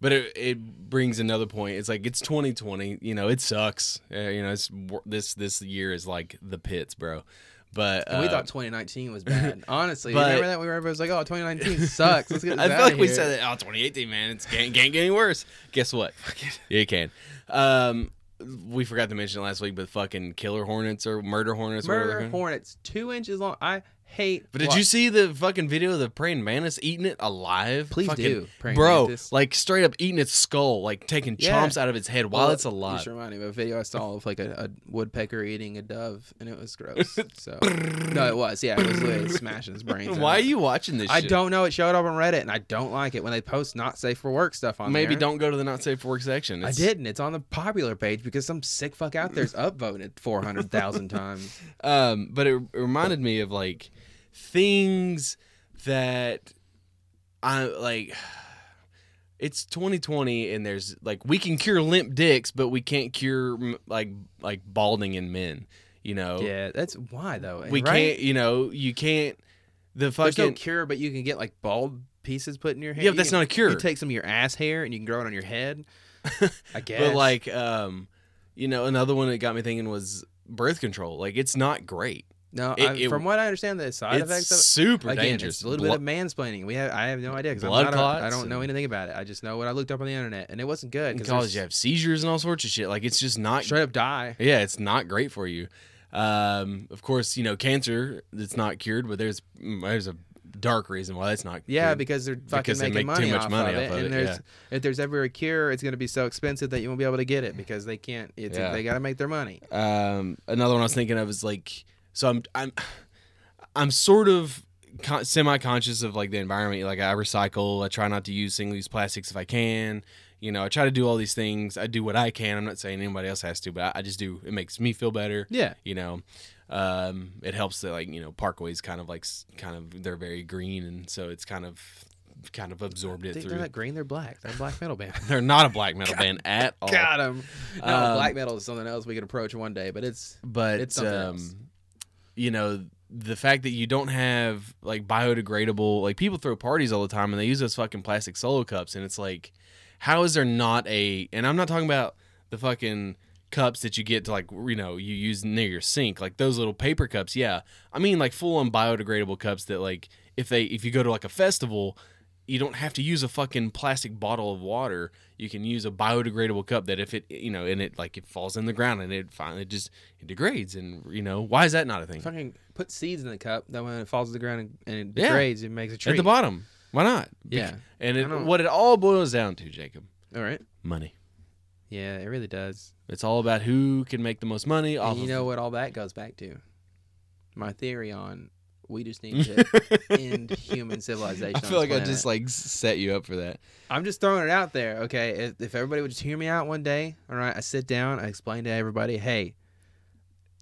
S1: but it, it brings another point. It's like it's 2020. You know, it sucks. Uh, you know, it's wor- this this year is like the pits, bro. But
S2: And we
S1: uh,
S2: thought 2019 was bad. Honestly,
S1: but-
S2: remember that we were everybody was like, "Oh, 2019 sucks." Let's get this
S1: I feel
S2: out
S1: like
S2: of
S1: we
S2: here."
S1: said that. Oh, 2018, man, it's can't, can't get any worse. Guess what? Yeah, it can. Um, we forgot to mention it last week, but fucking killer hornets or murder hornets. whatever they're
S2: murder
S1: called.
S2: hornets two inches long. I hate.
S1: But did
S2: wa-
S1: you see the fucking video of the praying mantis eating it alive?
S2: Please
S1: Fucking-
S2: do, praying
S1: bro.
S2: mantis.
S1: Like straight up eating its skull, like taking
S2: Yeah.
S1: chomps out of its head while
S2: Well,
S1: it's alive.
S2: Just reminded me of a video I saw of like a, a woodpecker eating a dove, and it was gross. So no, it was. Yeah, it was literally smashing his brains.
S1: Why are
S2: out.
S1: you watching this?
S2: I
S1: shit?
S2: don't know. It showed up on Reddit, and I don't like it when they post not safe for work stuff on.
S1: Maybe
S2: there.
S1: don't go to the not safe for work section.
S2: I
S1: It's-
S2: didn't. It's on the popular page because some sick fuck out there's upvoted it 400,000 times.
S1: Um, but it reminded me of like things that I like. It's 2020, and there's like we can cure limp dicks, but we can't cure m- like like balding in men. You know,
S2: Yeah, that's why though.
S1: Oh. we
S2: right?
S1: can't. You know, you can't. The
S2: There's no
S1: fucking
S2: cure, but you can get like bald pieces put in your hair.
S1: Yeah, but that's
S2: You can-
S1: not a cure.
S2: You take some of your ass hair and you can grow it on your head. I guess.
S1: But like, um, you know, another one that got me thinking was birth control. Like, it's not great.
S2: no,
S1: it-
S2: I,
S1: it-
S2: from what I understand, the side
S1: It's
S2: effects of
S1: super
S2: again,
S1: dangerous.
S2: It's a little bit of mansplaining. We have, I have no idea because
S1: blood
S2: I'm not,
S1: clots
S2: a, I don't know
S1: and-
S2: anything about it. I just know what I looked up on the internet, and it wasn't good
S1: in
S2: because
S1: college. You have seizures and all sorts of shit. Like, it's just not.
S2: straight up die.
S1: Yeah, it's not great for you. Um, of course, you know, cancer. It's not cured, but there's mm, there's a dark reason why that's not.
S2: Yeah,
S1: cured.
S2: because they're fucking
S1: Because they
S2: making
S1: make too
S2: money
S1: much
S2: off
S1: money
S2: of it.
S1: off of
S2: and
S1: it,
S2: there's if there's ever a cure, it's going to be so expensive that you won't be able to get it because they can't. It's,
S1: Yeah.
S2: They got to make their money.
S1: um, another one I was thinking of is like so I'm I'm I'm sort of con- semi-conscious of like the environment like I recycle I try not to use single-use plastics if I can you know I try to do all these things I do what I can I'm not saying anybody else has to but I, I just do it makes me feel better
S2: Yeah.
S1: you know um, it helps that like you know parkways kind of like s- kind of they're very green and so it's kind of kind of absorbed it
S2: They,
S1: through
S2: are not green. They're black. They're a black metal band.
S1: they're not a black metal band at all
S2: Got them. No,
S1: Um,
S2: black metal is something else we could approach one day, but it's
S1: but
S2: It's something else.
S1: um, you know the fact that you don't have like biodegradable like people throw parties all the time and they use those fucking plastic solo cups and it's like how is there not a and i'm not talking about the fucking cups that you get to like you know you use near your sink like those little paper cups yeah i mean like full on biodegradable cups that like if they if you go to like a festival you don't have to use a fucking plastic bottle of water. You can use a biodegradable cup that if it, you know, and it like it falls in the ground and it finally just it degrades. And you know, why is that not a thing
S2: fucking put seeds in the cup. That when it falls to the ground and, and it
S1: Yeah.
S2: degrades, it makes a tree.
S1: at the bottom? Why not?
S2: Yeah.
S1: And
S2: I
S1: it,
S2: don't-
S1: what it all boils down to, Jacob,
S2: All right.
S1: money.
S2: Yeah, it really does.
S1: It's all about who can make the most money off.
S2: And you
S1: of-
S2: know what all that goes back to? My theory on we just need to end human civilization.
S1: I
S2: on
S1: feel like
S2: this
S1: I just
S2: planet.
S1: like set you up for that.
S2: I'm just throwing it out there, okay? If, if everybody would just hear me out one day, all right? I sit down, I explain to everybody, hey,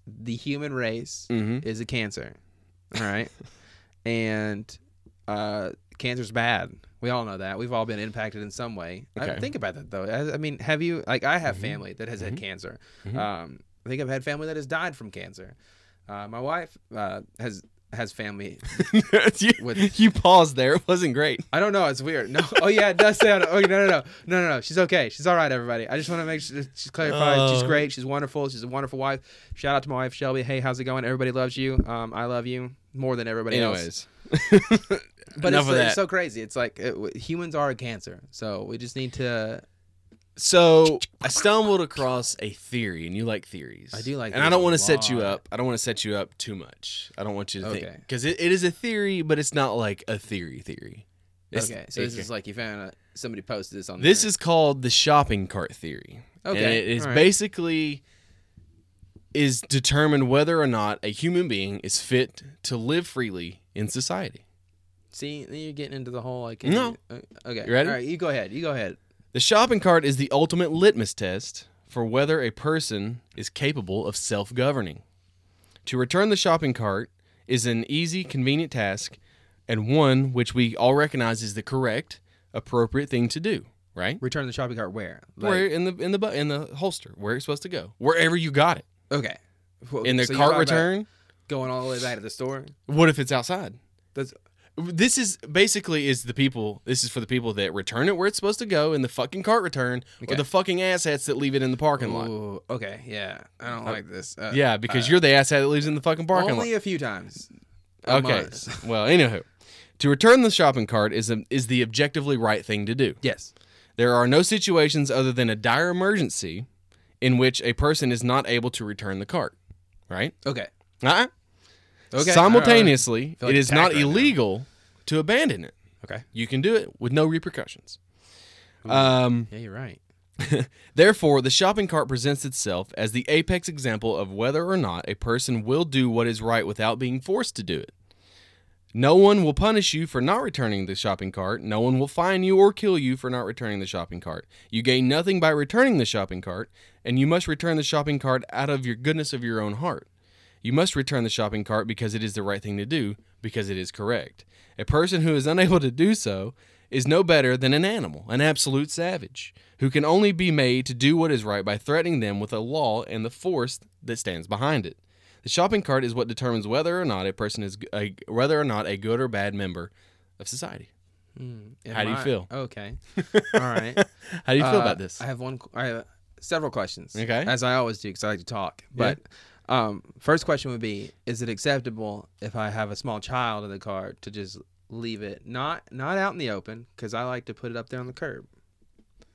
S2: the human race
S1: Mm-hmm.
S2: is a cancer, all right? and uh, cancer's bad. We all know that. We've all been impacted in some way. I
S1: Okay.
S2: think about that though. I, I mean, have you? Like, I have
S1: Mhm.
S2: family that has had cancer.
S1: Mhm.
S2: Um, I think I've had family that has died from cancer. Uh, my wife uh, has has family
S1: you,
S2: With-
S1: you paused there. It wasn't great.
S2: I don't know. It's weird. No. Oh yeah, it does sound. Oh no, no, no, no, no, no. She's okay. She's all right. Everybody. I just want to make sure she's clarified. she's
S1: Oh.
S2: great. She's wonderful. She's a wonderful wife. Shout out to my wife Shelby. Hey, how's it going? Everybody loves you. Um, I love you more than everybody else.
S1: Anyways,
S2: But
S1: enough
S2: it's,
S1: of that.
S2: it's so crazy. It's like it, w- humans are a cancer, so we just need to.
S1: So I stumbled across a theory, and you like theories.
S2: I do like
S1: and I don't
S2: theories
S1: want
S2: a
S1: to set you
S2: lot.
S1: up. I don't want to set you up too much. I don't want you to
S2: Okay.
S1: think because it, it is a theory, but it's not like a theory theory. It's-
S2: okay, so this is like you found out somebody posted this on.
S1: this is called the shopping cart theory.
S2: Okay,
S1: and it is
S2: all right.
S1: basically is determined whether or not a human being is fit to live freely in society.
S2: See, then you're getting into the whole like.
S1: No.
S2: uh, Okay.
S1: You ready?
S2: All right, you go ahead. You go ahead.
S1: The shopping cart is the ultimate litmus test for whether a person is capable of self governing. To return the shopping cart is an easy, convenient task and one which we all recognize is the correct, appropriate thing to do, right?
S2: Return the shopping cart where? Like-
S1: Where in the in the bu- in the holster, where it's supposed to go, wherever you got it.
S2: Okay. Well,
S1: In the
S2: so you're
S1: cart
S2: talking about
S1: return,
S2: Going all the way back to the store.
S1: what if it's outside?
S2: That's
S1: This is basically is the people. This is for the people that return it where it's supposed to go in the fucking cart return,
S2: Okay.
S1: or the fucking asshats that leave it in the parking lot.
S2: Ooh, okay, yeah. I don't like this. Uh,
S1: Yeah, because you're the asshat that lives in the fucking parking
S2: only a few times.
S1: lot. Okay.
S2: months.
S1: well, anywho, to return the shopping cart is a, is the objectively right thing to do.
S2: Yes.
S1: There are no situations other than a dire emergency in which a person is not able to return the cart. Right.
S2: Okay.
S1: Uh-uh.
S2: Okay.
S1: Simultaneously,
S2: feel like
S1: it is
S2: attacked
S1: not
S2: right now.
S1: illegal to abandon it.
S2: Okay.
S1: You can do it with no repercussions. Um.
S2: Yeah, you're right.
S1: Therefore, the shopping cart presents itself as the apex example of whether or not a person will do what is right without being forced to do it. No one will punish you for not returning the shopping cart. No one will fine you or kill you for not returning the shopping cart. You gain nothing by returning the shopping cart, and you must return the shopping cart out of your goodness of your own heart. You must return the shopping cart because it is the right thing to do, because it is correct. A person who is unable to do so is no better than an animal, an absolute savage, who can only be made to do what is right by threatening them with a law and the force that stands behind it. The shopping cart is what determines whether or not a person is a, whether or not a good or bad member of society.
S2: Am
S1: How do you
S2: I-
S1: feel?
S2: Okay. All right.
S1: How do you feel
S2: Uh,
S1: about this?
S2: I have one. qu- I have several questions.
S1: Okay.
S2: As I always do, because I like to talk.
S1: Yeah.
S2: But um, first question would be: Is it acceptable if I have a small child in the car to just leave it not not out in the open? Because I like to put it up there on the curb.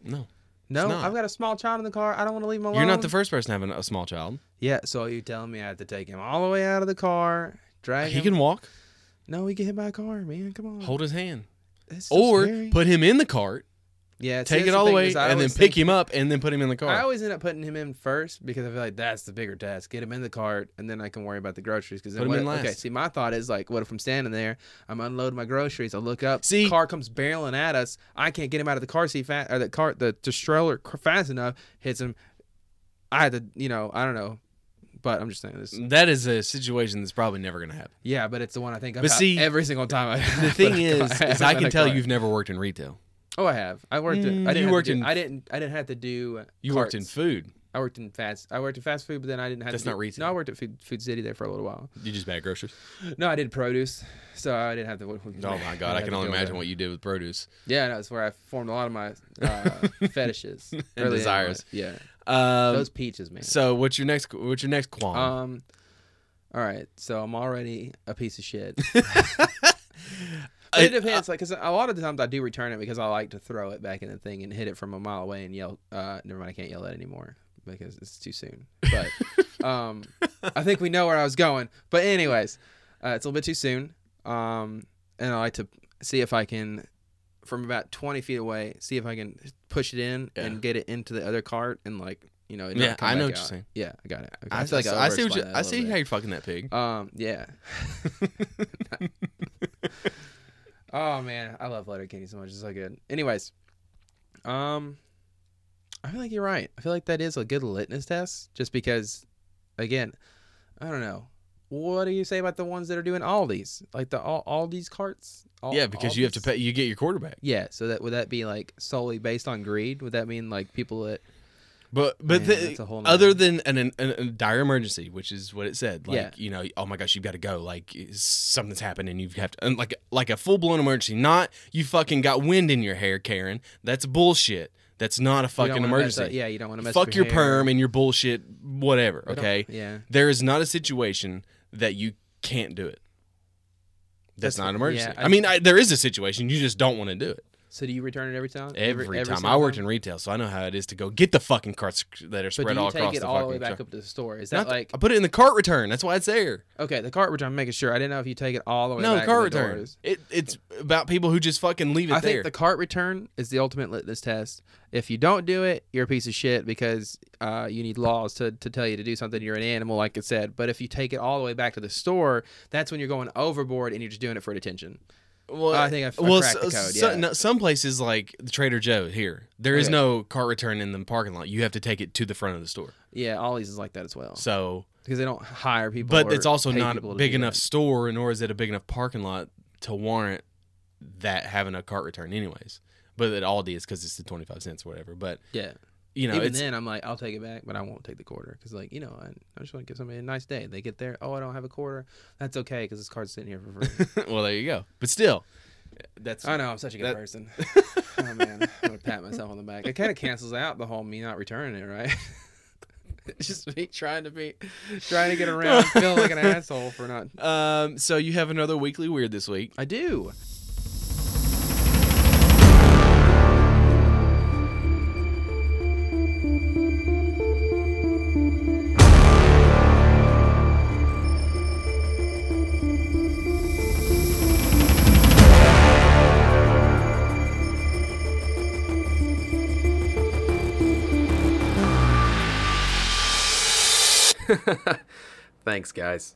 S1: no.
S2: No,
S1: not.
S2: I've got a small child in the car. I don't want to leave him alone.
S1: You're not the first person having a small child.
S2: yeah. So you telling me I have to take him all the way out of the car, drag
S1: He
S2: him?
S1: can walk,
S2: No, he get hit by a car, man. Come on.
S1: hold his hand,
S2: It's so
S1: or
S2: scary.
S1: put him in the cart,
S2: yeah, see,
S1: take
S2: that's
S1: it all the
S2: thing,
S1: way,
S2: is I
S1: and then
S2: always
S1: pick
S2: think-
S1: him up and then put him in the
S2: I
S1: cart.
S2: always end up putting him in first because I feel like that's the bigger task. Get him in the cart, and then I can worry about the groceries. Because
S1: Put
S2: then
S1: him
S2: what,
S1: in
S2: okay,
S1: last.
S2: see, my thought is like, what if I'm standing there? I'm unloading my groceries. I look up,
S1: See-
S2: car comes barreling at us. I can't get him out of the car seat fast, or the cart, the, the stroller c- fast enough. Hits him. I had to, you know, I don't know, but I'm just saying this.
S1: That is a situation that's probably never going to happen.
S2: Yeah, but it's the one I think about
S1: see,
S2: every single time. I,
S1: The thing is, is I can tell
S2: you.
S1: you've never worked in retail.
S2: Oh, I have. I worked.
S1: Mm,
S2: at, I
S1: you
S2: didn't have to
S1: worked
S2: do-
S1: in-
S2: I didn't. I didn't have to do. uh,
S1: You worked in
S2: carts.
S1: food.
S2: I worked in fast. I worked in fast food, but then I didn't have.
S1: That's
S2: to do-
S1: not retail.
S2: No, I worked at food, food City there for a little while.
S1: You just bag groceries.
S2: No, I did produce, so I didn't have to.
S1: Oh my god, I can only imagine what you did with produce.
S2: Yeah, no, that's where I formed a lot of my uh, fetishes early in my
S1: desires.
S2: life. Yeah,
S1: Um,
S2: those peaches, man.
S1: so what's your next? What's your next qualm?
S2: Um, all right. So I'm already a piece of shit. But it
S1: I-
S2: depends, like, 'cause a lot of the times I do return it because I like to throw it back in the thing and hit it from a mile away and yell. Uh, never mind, I can't yell that anymore because it's too soon. But um, I think we know where I was going. But anyways, uh, it's a little bit too soon. Um, and I like to see if I can, from about 20 feet away, see if I can push it in
S1: Yeah.
S2: and get it into the other cart and like, you know, it
S1: Yeah,
S2: not come
S1: I know what
S2: back
S1: you're
S2: out.
S1: saying.
S2: Yeah, I got it. Okay,
S1: I,
S2: feel
S1: think so. I see what you,
S2: over-explained that a
S1: I
S2: little
S1: see
S2: bit.
S1: how you're fucking that pig.
S2: Um, yeah.
S1: um,
S2: oh man, I love Letterkenny so much. It's so good. Anyways, um, I feel like you're right. I feel like that is a good litmus test, just because, again, I don't know. What do you say about the ones that are doing all these, like the all all these carts? Al-
S1: yeah, because you have to
S2: Aldi's?
S1: pay. You get your quarterback.
S2: Yeah, so that would that be like solely based on greed? Would that mean like people that
S1: But but
S2: Man,
S1: the-
S2: that's a whole nother-
S1: other than an, an, an, a dire emergency, which is what it said, like
S2: Yeah.
S1: you know, oh my gosh, you've got to go, like it's- something's happened and you have to, and like like a full blown emergency, not you fucking got wind in your hair, Karen. That's bullshit. That's not a
S2: you don't
S1: fucking
S2: wanna mess
S1: emergency.
S2: up- yeah, you don't want to mess.
S1: Fuck
S2: up
S1: your
S2: your,
S1: perm and your bullshit, whatever. Okay,
S2: Yeah,
S1: there is not a situation that you can't do it. That's,
S2: That's-
S1: not an emergency.
S2: yeah, I-
S1: I, mean, I, there is a situation you just don't want to do it.
S2: So do you return it every time?
S1: Every, time I
S2: single
S1: worked in retail, so I know how it is to go get the fucking carts that are
S2: But
S1: spread
S2: do you
S1: all
S2: take
S1: across
S2: it
S1: the
S2: all the
S1: fucking
S2: way back
S1: truck.
S2: up to the store? Is that
S1: Not the-
S2: like
S1: I put it in the cart return. That's why it's there.
S2: okay? The cart return. I'm making sure. I didn't know if you take it all the way.
S1: No,
S2: back
S1: the
S2: to
S1: cart
S2: the
S1: return.
S2: doors.
S1: It, it's about people who just fucking leave it
S2: I
S1: there.
S2: think the cart return is the ultimate litmus test. If you don't do it, you're a piece of shit because uh, you need laws to, to tell you to do something. You're an animal, like it said. But if you take it all the way back to the store, that's when you're going overboard and you're just doing it for attention.
S1: well,
S2: I think I've- I
S1: well,
S2: cracked the code,
S1: so-
S2: yeah.
S1: no- some places like the Trader Joe here, there is
S2: Okay.
S1: no cart return in the parking lot. You have to take it to the front of the store.
S2: Yeah, Ollie's is like that as well
S1: So,
S2: because they don't hire Oh. people.
S1: but
S2: or
S1: it's also
S2: pay
S1: not
S2: people
S1: a
S2: to
S1: big
S2: do
S1: enough
S2: that.
S1: store, nor is it a big enough parking lot to warrant that having a cart return, anyways. But at Aldi, it's because it's the twenty five cents, or whatever. But
S2: Yeah.
S1: you know,
S2: Even
S1: it's
S2: then, I'm like, I'll take it back, but I won't take the quarter because, like, you know, I, I just want to give somebody a nice day. They get there, oh, I don't have a quarter. That's okay because this card's sitting here for free.
S1: well, there you go. But still, that's
S2: I know I'm such a good
S1: That-
S2: person. oh man, I'm gonna pat myself on the back. It kind of cancels out the whole me not returning it, right? it's just me trying to be, trying to get around, feel like an asshole for not.
S1: Um, so you have another weekly weird this week.
S2: I do. Thanks, guys.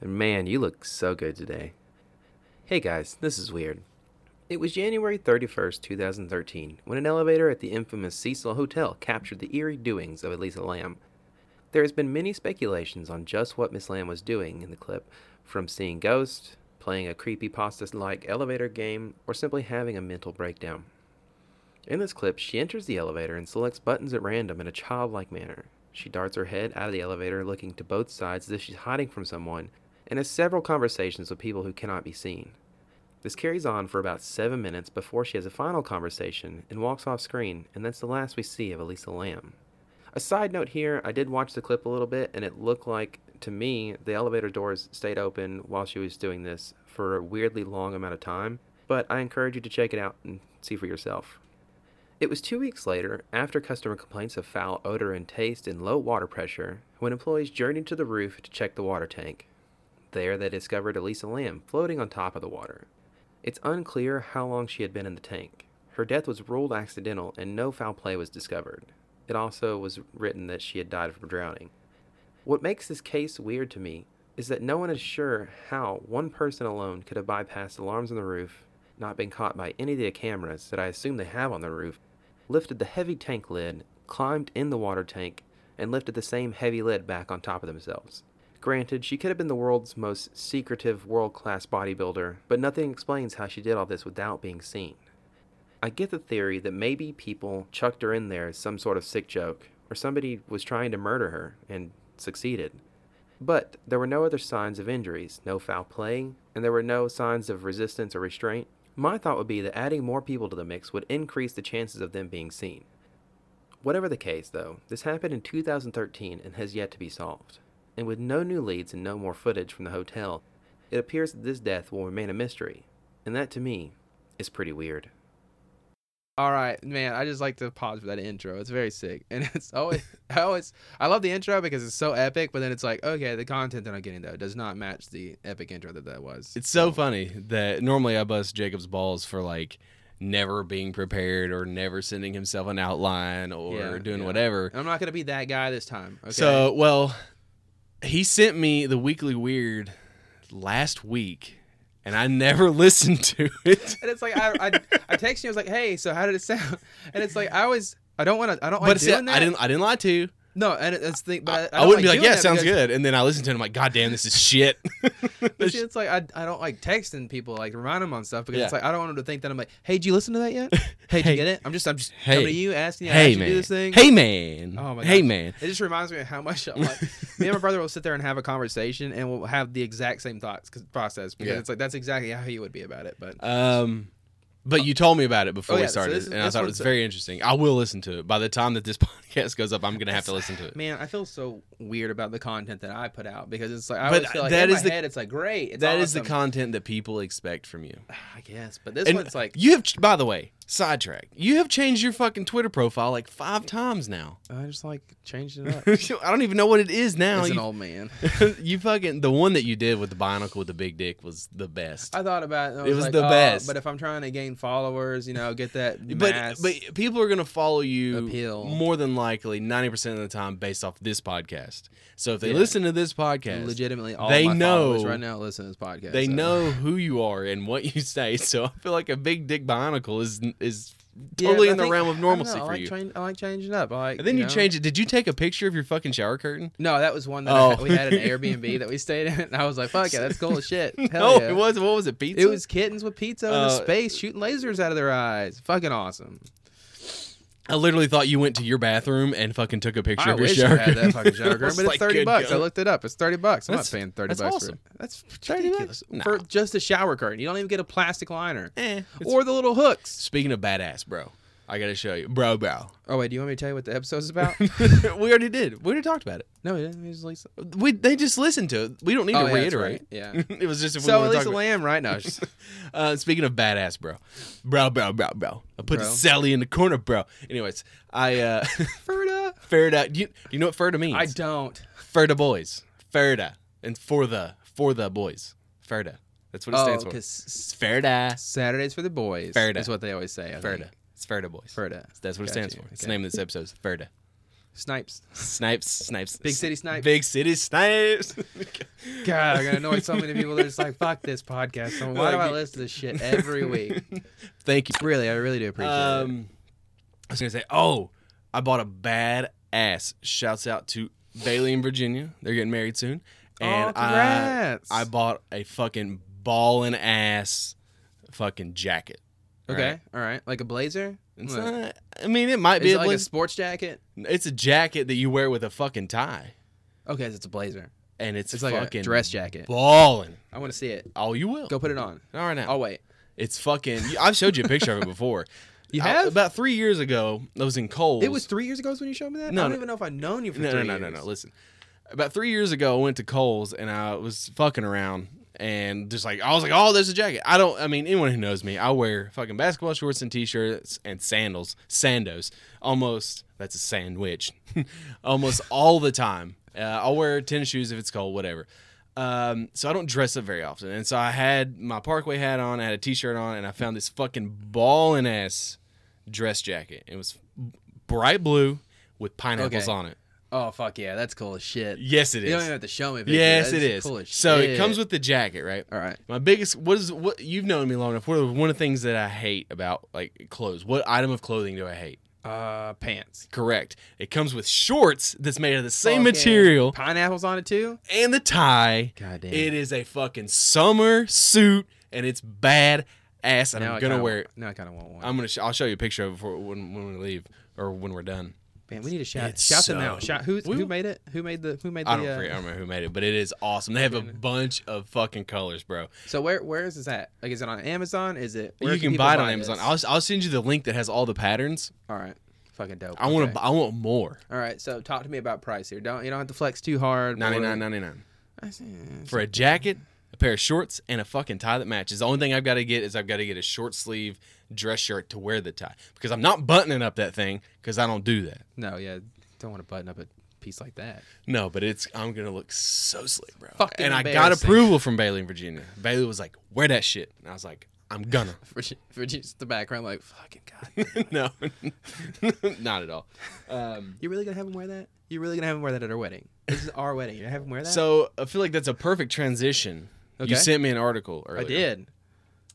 S2: And man, you look so good today. Hey guys, this is weird. It was January 31st, 2013, when an elevator at the infamous Cecil Hotel captured the eerie doings of Elisa Lamb. There has been many speculations on just what Miss Lamb was doing in the clip, from seeing ghosts, playing a creepypasta-like elevator game, or simply having a mental breakdown. In this clip, she enters the elevator and selects buttons at random in a childlike manner. She darts her head out of the elevator, looking to both sides as if she's hiding from someone, and has several conversations with people who cannot be seen.
S4: This carries on for about seven minutes before she has a final conversation and walks off screen, and that's the last we see of Elisa Lamb. A side note here, I did watch the clip a little bit, and it looked like, to me, the elevator doors stayed open while she was doing this for a weirdly long amount of time, but I encourage you to check it out and see for yourself. It was two weeks later, after customer complaints of foul odor and taste and low water pressure, when employees journeyed to the roof to check the water tank. There, they discovered Elisa Lamb floating on top of the water. It's unclear how long she had been in the tank. Her death was ruled accidental and no foul play was discovered. It also was written that she had died from drowning. What makes this case weird to me is that no one is sure how one person alone could have bypassed alarms on the roof, not been caught by any of the cameras that I assume they have on the roof, lifted the heavy tank lid, climbed in the water tank, and lifted the same heavy lid back on top of themselves. Granted, she could have been the world's most secretive world class bodybuilder, but nothing explains how she did all this without being seen. I get the theory that maybe people chucked her in there as some sort of sick joke, or somebody was trying to murder her and succeeded. But there were no other signs of injuries, no foul play, and there were no signs of resistance or restraint. My thought would be that adding more people to the mix would increase the chances of them being seen. Whatever the case, though, this happened in 2013 and has yet to be solved. And with no new leads and no more footage from the hotel, it appears that this death will remain a mystery. And that, to me, is pretty weird.
S2: All right, man. I just like to pause for that intro. It's very sick, and it's always, I always, I love the intro because it's so epic. But then it's like, okay, the content that I'm getting though does not match the epic intro that that was.
S1: It's so funny that normally I bust Jacob's balls for like never being prepared or never sending himself an outline or
S2: Yeah,
S1: doing
S2: yeah.
S1: whatever.
S2: I'm not gonna be that guy this time. Okay?
S1: So, well, he sent me the weekly weird last week and I never listened to it.
S2: and it's like I, I, I text you. I was like, hey, so how did it sound? And it's like I always, I don't want to, I don't like
S1: But see, I
S2: doing that.
S1: didn't I didn't lie to you.
S2: No, and it- that's the. But I,
S1: I,
S2: don't
S1: wouldn't be like,
S2: doing
S1: yeah,
S2: that
S1: sounds
S2: because-
S1: good. And then I listened to it and I'm like, God damn, this is shit.
S2: But see, it's like I, I don't like texting people like remind them on stuff because it's
S1: Yeah.
S2: like I don't want them to think that I'm like, hey, did you listen to that yet? Hey, did
S1: Hey.
S2: you get it? I'm just I'm just
S1: Hey.
S2: coming to you asking you how
S1: hey,
S2: you
S1: man.
S2: do this thing.
S1: Hey, man.
S2: Oh my
S1: Hey,
S2: gosh.
S1: man.
S2: It just reminds me of how much I'm like. me and my brother will sit there and have a conversation, and we'll have the exact same thoughts 'cause- process because
S1: Yeah.
S2: it's like that's exactly how he would be about it. But
S1: Um, but you told me about it before
S2: Oh, yeah,
S1: we
S2: so
S1: started,
S2: this is-
S1: and I
S2: this
S1: thought it
S2: one's-
S1: was very interesting. I will listen to it. By the time that this podcast goes up, I'm gonna have to listen to it.
S2: man, I feel so weird about the content that I put out because it's like I
S1: But
S2: always feel like
S1: that
S2: in
S1: is
S2: my
S1: the-
S2: head it's like great. It's
S1: That is the
S2: awesome.
S1: content that people expect from you.
S2: I guess, but this
S1: And
S2: one's like
S1: you have, by the way, sidetrack. You have changed your fucking Twitter profile like five times now.
S2: I just like changed it up.
S1: I don't even know what it is now.
S2: As an
S1: You,
S2: old man.
S1: you fucking the one that you did with the binocle with the big dick was the best.
S2: I thought about it. and I
S1: It was
S2: like,
S1: the
S2: oh,
S1: best.
S2: But if I'm trying to gain followers, you know, get that
S1: but
S2: mass.
S1: but people are gonna follow you
S2: Appeal.
S1: more than likely ninety percent of the time based off this podcast. So if they
S2: Yeah.
S1: listen to this podcast,
S2: legitimately, all
S1: They
S2: my followers
S1: know-
S2: right now listen to this podcast.
S1: they
S2: so.
S1: know who you are and what you say. So I feel like a big dick bionicle is is
S2: Yeah,
S1: totally
S2: but I
S1: in the
S2: think-
S1: realm of
S2: I don't
S1: normalcy
S2: know, I
S1: for
S2: like
S1: you.
S2: Change, I like changing it up. I like,
S1: and then you,
S2: know.
S1: change it. Did you take a picture of your fucking shower curtain?
S2: No, that was one that
S1: Oh.
S2: I, we had an Airbnb that we stayed in, and I was like, "Fuck it, that's cool as shit." Hell
S1: no,
S2: yeah.
S1: it was. What was it? Pizza.
S2: It was kittens with pizza in
S1: Uh,
S2: the space shooting lasers out of their eyes. Fucking awesome.
S1: I literally thought you went to your bathroom and fucking took a picture
S2: I
S1: of your
S2: wish
S1: shower
S2: I had
S1: curtain.
S2: that fucking shower
S1: I was
S2: curtain, but it's
S1: like,
S2: thirty
S1: good
S2: bucks. I
S1: God.
S2: looked it up. It's thirty bucks. I'm
S1: That's-
S2: not paying thirty
S1: that's
S2: bucks for
S1: awesome.
S2: it. That's
S1: 30
S2: ridiculous.
S1: bucks?
S2: for
S1: Nah.
S2: just a shower curtain. You don't even get a plastic liner
S1: Eh, it's-
S2: or the little hooks.
S1: Speaking of badass, bro, I gotta show you, bro, bro.
S2: Oh wait, do you want me to tell you what the episode's about?
S1: we already did. We already talked about it.
S2: no, it didn't. It was Lisa.
S1: We they just listened to it. We don't need to
S2: Oh, yeah, that's
S1: reiterate.
S2: right. Yeah.
S1: it was just if we
S2: So
S1: want to talk
S2: Lisa
S1: about-
S2: Lamb, right now. she's-
S1: Uh, speaking of badass, bro, bro, bro, bro, bro. I put
S2: Bro.
S1: Sally in the corner, bro. Anyways, I uh,
S2: Ferda.
S1: Ferda. You you know what Ferda means?
S2: I don't.
S1: Ferda boys. Ferda and for the for the boys. Ferda. That's what it
S2: Oh,
S1: stands for.
S2: because
S1: It's Ferda.
S2: Saturdays for the boys.
S1: Ferda.
S2: That's what they always say. I think.
S1: Ferda. It's Ferda boys.
S2: Ferda.
S1: That's what it
S2: Got
S1: stands
S2: you.
S1: for. It's the
S2: Okay.
S1: name of this episode. It's Ferda.
S2: Snipes.
S1: Snipes. Snipes.
S2: Big City Snipes.
S1: Big city snipes.
S2: God, I'm gonna annoy so many people. They're just like, "Fuck this podcast. So why do I listen to this shit every week?"
S1: Thank you.
S2: Really, I really do appreciate it.
S1: Um, I was gonna say, oh, I bought a bad ass. Shouts out to Bailey and Virginia. They're getting married soon, and I
S2: Oh, congrats.
S1: I bought a fucking ballin' ass fucking jacket.
S2: Okay,
S1: right.
S2: all right, like a blazer.
S1: It's
S2: Like-
S1: not- I mean, it might
S2: is
S1: be
S2: it
S1: a
S2: like a
S1: blazer.
S2: sports jacket?
S1: it's a jacket that you wear with a fucking tie.
S2: Okay, so it's a blazer.
S1: and it's,
S2: It's like
S1: fucking
S2: a dress jacket.
S1: balling.
S2: I want to see it.
S1: Oh, you will.
S2: Go Oh. put it on.
S1: All right now.
S2: I'll wait.
S1: It's fucking. I've showed you a picture of it before.
S2: You
S1: I-
S2: have?
S1: about three years ago. I was in Coles.
S2: It was three years ago is when you showed me that.
S1: No,
S2: I don't
S1: no.
S2: even know if I've known you for
S1: no, no,
S2: three
S1: no,
S2: years.
S1: no, no. Listen, about three years ago, I went to Coles and I was fucking around and just like I was like, oh, there's a jacket. I don't. I mean, anyone who knows me, I wear fucking basketball shorts and t-shirts and sandals, sandos. Almost that's a sandwich. almost all the time. Uh, I'll wear tennis shoes if it's cold, whatever. Um, so I don't dress up very often, and so I had my Parkway hat on, I had a t-shirt on, and I found this fucking ballin' ass dress jacket. It was bright blue with pineapples
S2: Okay.
S1: on it.
S2: Oh fuck yeah, that's cool as shit.
S1: Yes, it
S2: you don't even
S1: is.
S2: have to show me. a picture.
S1: Yes,
S2: That
S1: it is.
S2: Cool as
S1: so
S2: shit.
S1: it comes with the jacket, right?
S2: All right.
S1: My biggest what is what you've known me long enough. What are one of the things that I hate about like clothes? What item of clothing do I hate?
S2: Uh, pants.
S1: Correct. It comes with shorts that's made of the same
S2: Fucking
S1: material
S2: Pineapples on it too.
S1: and the tie.
S2: God damn.
S1: It is a fucking summer suit and it's bad ass and
S2: Now I
S1: I'm going to
S2: kinda-
S1: wear it.
S2: Now I kind of want one.
S1: I'm going to sh- I'll show you a picture of it before when, when we leave or when we're done.
S2: Man, we need to shout
S1: It's
S2: shout them
S1: so-
S2: out. Shout who
S1: We-
S2: who made it? Who made the who made the?
S1: I don't,
S2: uh,
S1: forget, I don't remember who made it, but it is awesome. They have a bunch of fucking colors, bro.
S2: So where where is this at? Like, is it on Amazon? Is it? where
S1: you can,
S2: people
S1: buy it on Amazon.
S2: this?
S1: I'll, I'll send you the link that has all the patterns.
S2: All right, fucking dope.
S1: I want
S2: Okay.
S1: to. I want more.
S2: All right, so talk to me about price here. Don't you don't have to flex too hard.
S1: Ninety nine, ninety nine for a jacket, a pair of shorts, and a fucking tie that matches. The only thing I've got to get is I've got to get a short sleeve dress shirt to wear the tie because I'm not buttoning up that thing because I don't do that.
S2: No, yeah, don't want to button up a piece like that.
S1: No, but it's I'm gonna look so slick, bro.
S2: Fucking
S1: and I got
S2: embarrassing.
S1: approval from Bailey in Virginia. Bailey was like, "Wear that shit," and I was like, "I'm gonna."
S2: For, ju- for just the background, like fucking god,
S1: no, not at all. Um,
S2: you really gonna have him wear that? You really gonna have him wear that at our wedding? This is our wedding. You're gonna have him wear that?
S1: so I feel like that's a perfect transition.
S2: Okay.
S1: You sent me an article
S2: I
S1: earlier.
S2: did.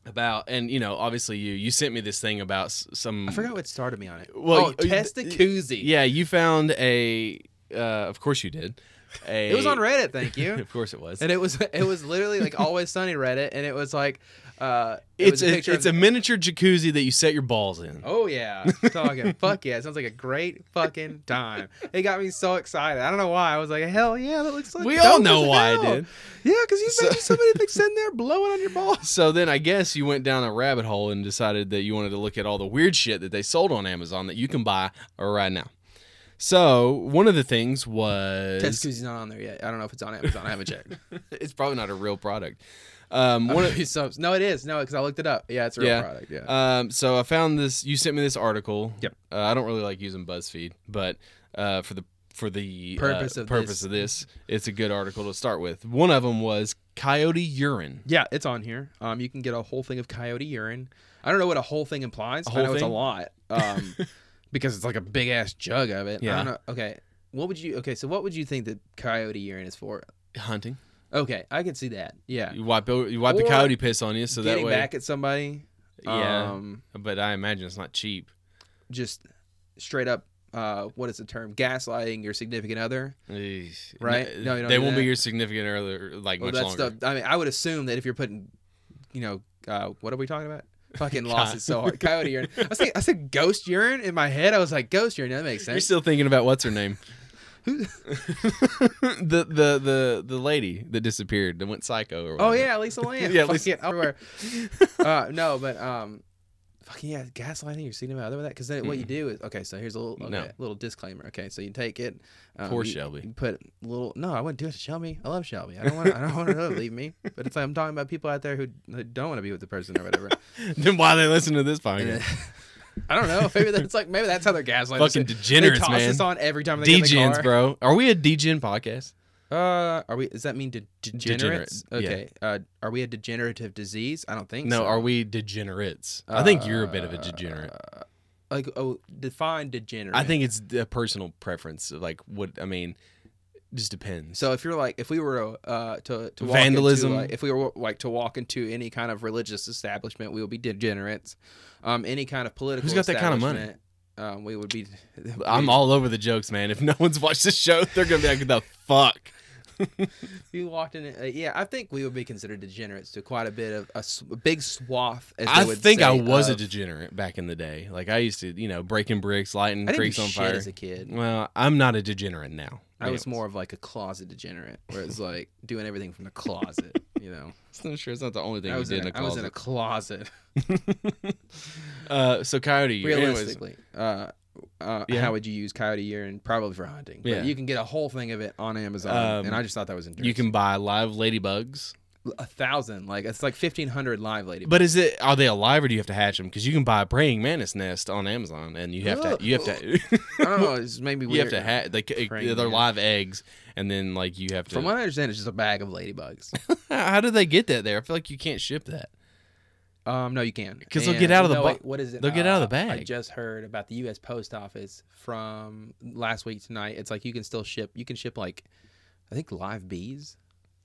S1: about and you know obviously you you sent me this thing about s- some
S2: I forgot what started me on it.
S1: Well,
S2: oh,
S1: you-
S2: testicuzzi.
S1: yeah you found a uh of course you did a
S2: it was on Reddit. Thank you.
S1: of course it was
S2: and it was it was literally like always sunny Reddit, and it was like, uh, it
S1: it's
S2: was a,
S1: a,
S2: picture
S1: it's a
S2: of,
S1: miniature jacuzzi that you set your balls in
S2: Oh yeah, talking fuck yeah! It sounds like a great fucking time. It got me so excited. I don't know why. I was like, hell yeah, that looks like
S1: We all
S2: dope
S1: know
S2: as
S1: why I
S2: hell.
S1: did.
S2: Yeah, because you
S1: So-
S2: mentioned somebody that's sitting there blowing on your balls.
S1: so then I guess you went down a rabbit hole and decided that you wanted to look at all the weird shit that they sold on Amazon that you can buy right now. So one of the things was
S2: Testicuzzi's not on there yet. I don't know if it's on Amazon. I haven't checked.
S1: it's probably not a real product. Um,
S2: One
S1: one
S2: of these subs. No, it is. No, because I looked it up. Yeah, Uh, it's a real product. Yeah.
S1: Um, so I found this. You sent me this article.
S2: Yep.
S1: Uh, I don't really like using BuzzFeed, but uh, for the for the uh,
S2: Purpose of
S1: purpose
S2: this.
S1: of this, it's a good article to start with. One of them was coyote urine.
S2: yeah, it's on here. Um, you can get a whole thing of coyote urine. I don't know what a whole thing implies. But I
S1: whole
S2: know it's a
S1: thing?
S2: lot. Um, because it's like a big ass jug of it. I
S1: Yeah.
S2: don't know. Okay. What would you? Okay, so what would you think that coyote urine is for?
S1: Hunting.
S2: Okay, I can see that. Yeah.
S1: You wipe o- you wipe the
S2: Or
S1: coyote piss on you, so that
S2: Getting
S1: way.
S2: back at somebody.
S1: yeah.
S2: Um,
S1: but I imagine it's not cheap.
S2: just straight up. Uh, what is the term? Gaslighting your significant other.
S1: Eesh.
S2: Right?
S1: N-
S2: No, you don't
S1: they
S2: do
S1: won't be
S2: that.
S1: your significant other like
S2: Well,
S1: much
S2: that's
S1: longer.
S2: the. I mean, I would assume that if you're putting, you know, uh, what are we talking about? Fucking lost it so hard. Coyote urine. I said, I said ghost urine in my head. I was like, ghost urine. That makes
S1: You're
S2: sense.
S1: still thinking about what's her name?
S2: Who-
S1: the, the the the lady that disappeared that went psycho or
S2: oh
S1: whatever.
S2: yeah, Lisa Lamb.
S1: Yeah,
S2: yeah,
S1: Lisa-
S2: Lisa. Everywhere. uh, no, but um, fucking yeah, gaslighting your significant other with that because then what you do is okay. So here's a little okay,
S1: Mm-hmm. No.
S2: little disclaimer. Okay, so you take it. Um,
S1: Poor
S2: you-
S1: Shelby.
S2: You put little. No, I wouldn't do it to Shelby. I love Shelby. I don't want. I don't want her to leave me. But it's like I'm talking about people out there who, who don't want to be with the person or whatever.
S1: then why they listen to this podcast?
S2: I don't know. Maybe that's like maybe that's how they're gaslighting. us.
S1: Fucking degenerates,
S2: they toss
S1: man.
S2: us on every time they get in the
S1: Dgens,
S2: car.
S1: bro. Are we a Dgen podcast?
S2: Uh, are we? Does that mean de- degenerates?
S1: Degenerate,
S2: Okay. Uh, are we a degenerative disease? I don't think
S1: No,
S2: so.
S1: are we degenerates? I think you're a bit of a degenerate.
S2: Uh, like oh define degenerate?
S1: I think it's a personal preference. of, Like what I mean, just depends.
S2: so. If you're like if we were uh to to walk
S1: Vandalism.
S2: into, like, if we were like to walk into any kind of religious establishment, we would be degenerates. Um, any kind of political
S1: got that kind of money?
S2: establishment, Um, we would be.
S1: I'm all over the jokes, man. If no one's watched the show, they're gonna be like, "The fuck."
S2: you walked in. Uh, yeah, I think we would be considered degenerates to quite a bit of a, s- a big swath. As
S1: I
S2: they would
S1: think I
S2: say, uh,
S1: was a
S2: of-
S1: degenerate back in the day. Like I used to, you know, breaking bricks, lighting
S2: I didn't do
S1: creeks on
S2: shit
S1: fire.
S2: as a kid.
S1: Well, I'm not a degenerate now.
S2: I
S1: Anyways.
S2: was more of like a closet degenerate, where it's like doing everything from the closet. You know,
S1: I'm sure it's not the only thing
S2: I
S1: we
S2: was,
S1: did
S2: in a,
S1: in a
S2: I was
S1: closet.
S2: in a closet.
S1: uh, so coyote year. Anyways,
S2: Realistically, uh, uh,
S1: Yeah.
S2: how would you use coyote urine? Probably for hunting. But
S1: Yeah.
S2: you can get a whole thing of it on Amazon,
S1: Um,
S2: and I just thought that was interesting.
S1: you can buy live ladybugs.
S2: a thousand, like it's like fifteen hundred live lady.
S1: But is it are they alive or do you have to hatch them? Because you can buy a praying mantis nest on Amazon, and you have
S2: Ugh.
S1: to you have to
S2: I don't know, it's maybe
S1: you have to
S2: weird.
S1: hatch. They, c-
S2: Praying
S1: they're
S2: mantis.
S1: live eggs, and then like you have to.
S2: From what I understand, it's just a bag of ladybugs.
S1: How do they get that there? I feel like you can't ship that.
S2: Um, no, you can
S1: 'Cause they'll
S2: And-
S1: get out of the
S2: no,
S1: bo-
S2: wait, what is it?
S1: they'll get out of the
S2: Uh, I
S1: bag.
S2: just heard about the U.S. Post Office from last week tonight. It's like you can still ship. You can ship like, I think live bees,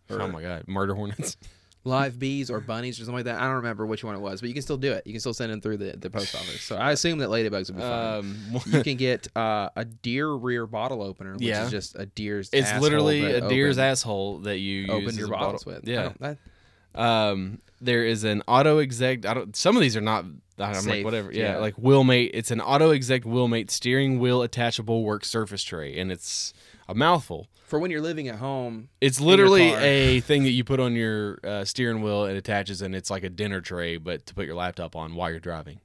S1: Oh my god, murder hornets.
S2: live bees or bunnies or something like that. I don't remember which one it was, but you can still do it. You can still send them through the, the post office. So I assume that ladybugs would be fine.
S1: Um,
S2: you can get uh, a deer rear bottle opener, which
S1: Yeah.
S2: is just a deer's.
S1: it's
S2: asshole
S1: literally
S2: that
S1: a deer's
S2: open,
S1: asshole that you use
S2: Open
S1: as
S2: your
S1: a
S2: bottles
S1: bottle.
S2: with. Oh. I
S1: Yeah.
S2: don't- that-
S1: Um, there is an auto exec. I don't. Some of these are not. I'm like
S2: Safe,
S1: whatever. Yeah,
S2: yeah.
S1: like wheelmate. It's an auto exec wheelmate steering wheel attachable work surface tray, and it's a mouthful.
S2: for when you're living at home,
S1: It's
S2: your
S1: literally
S2: car.
S1: a thing that you put on your uh, steering wheel. It attaches, and it's like a dinner tray, but to put your laptop on while you're driving.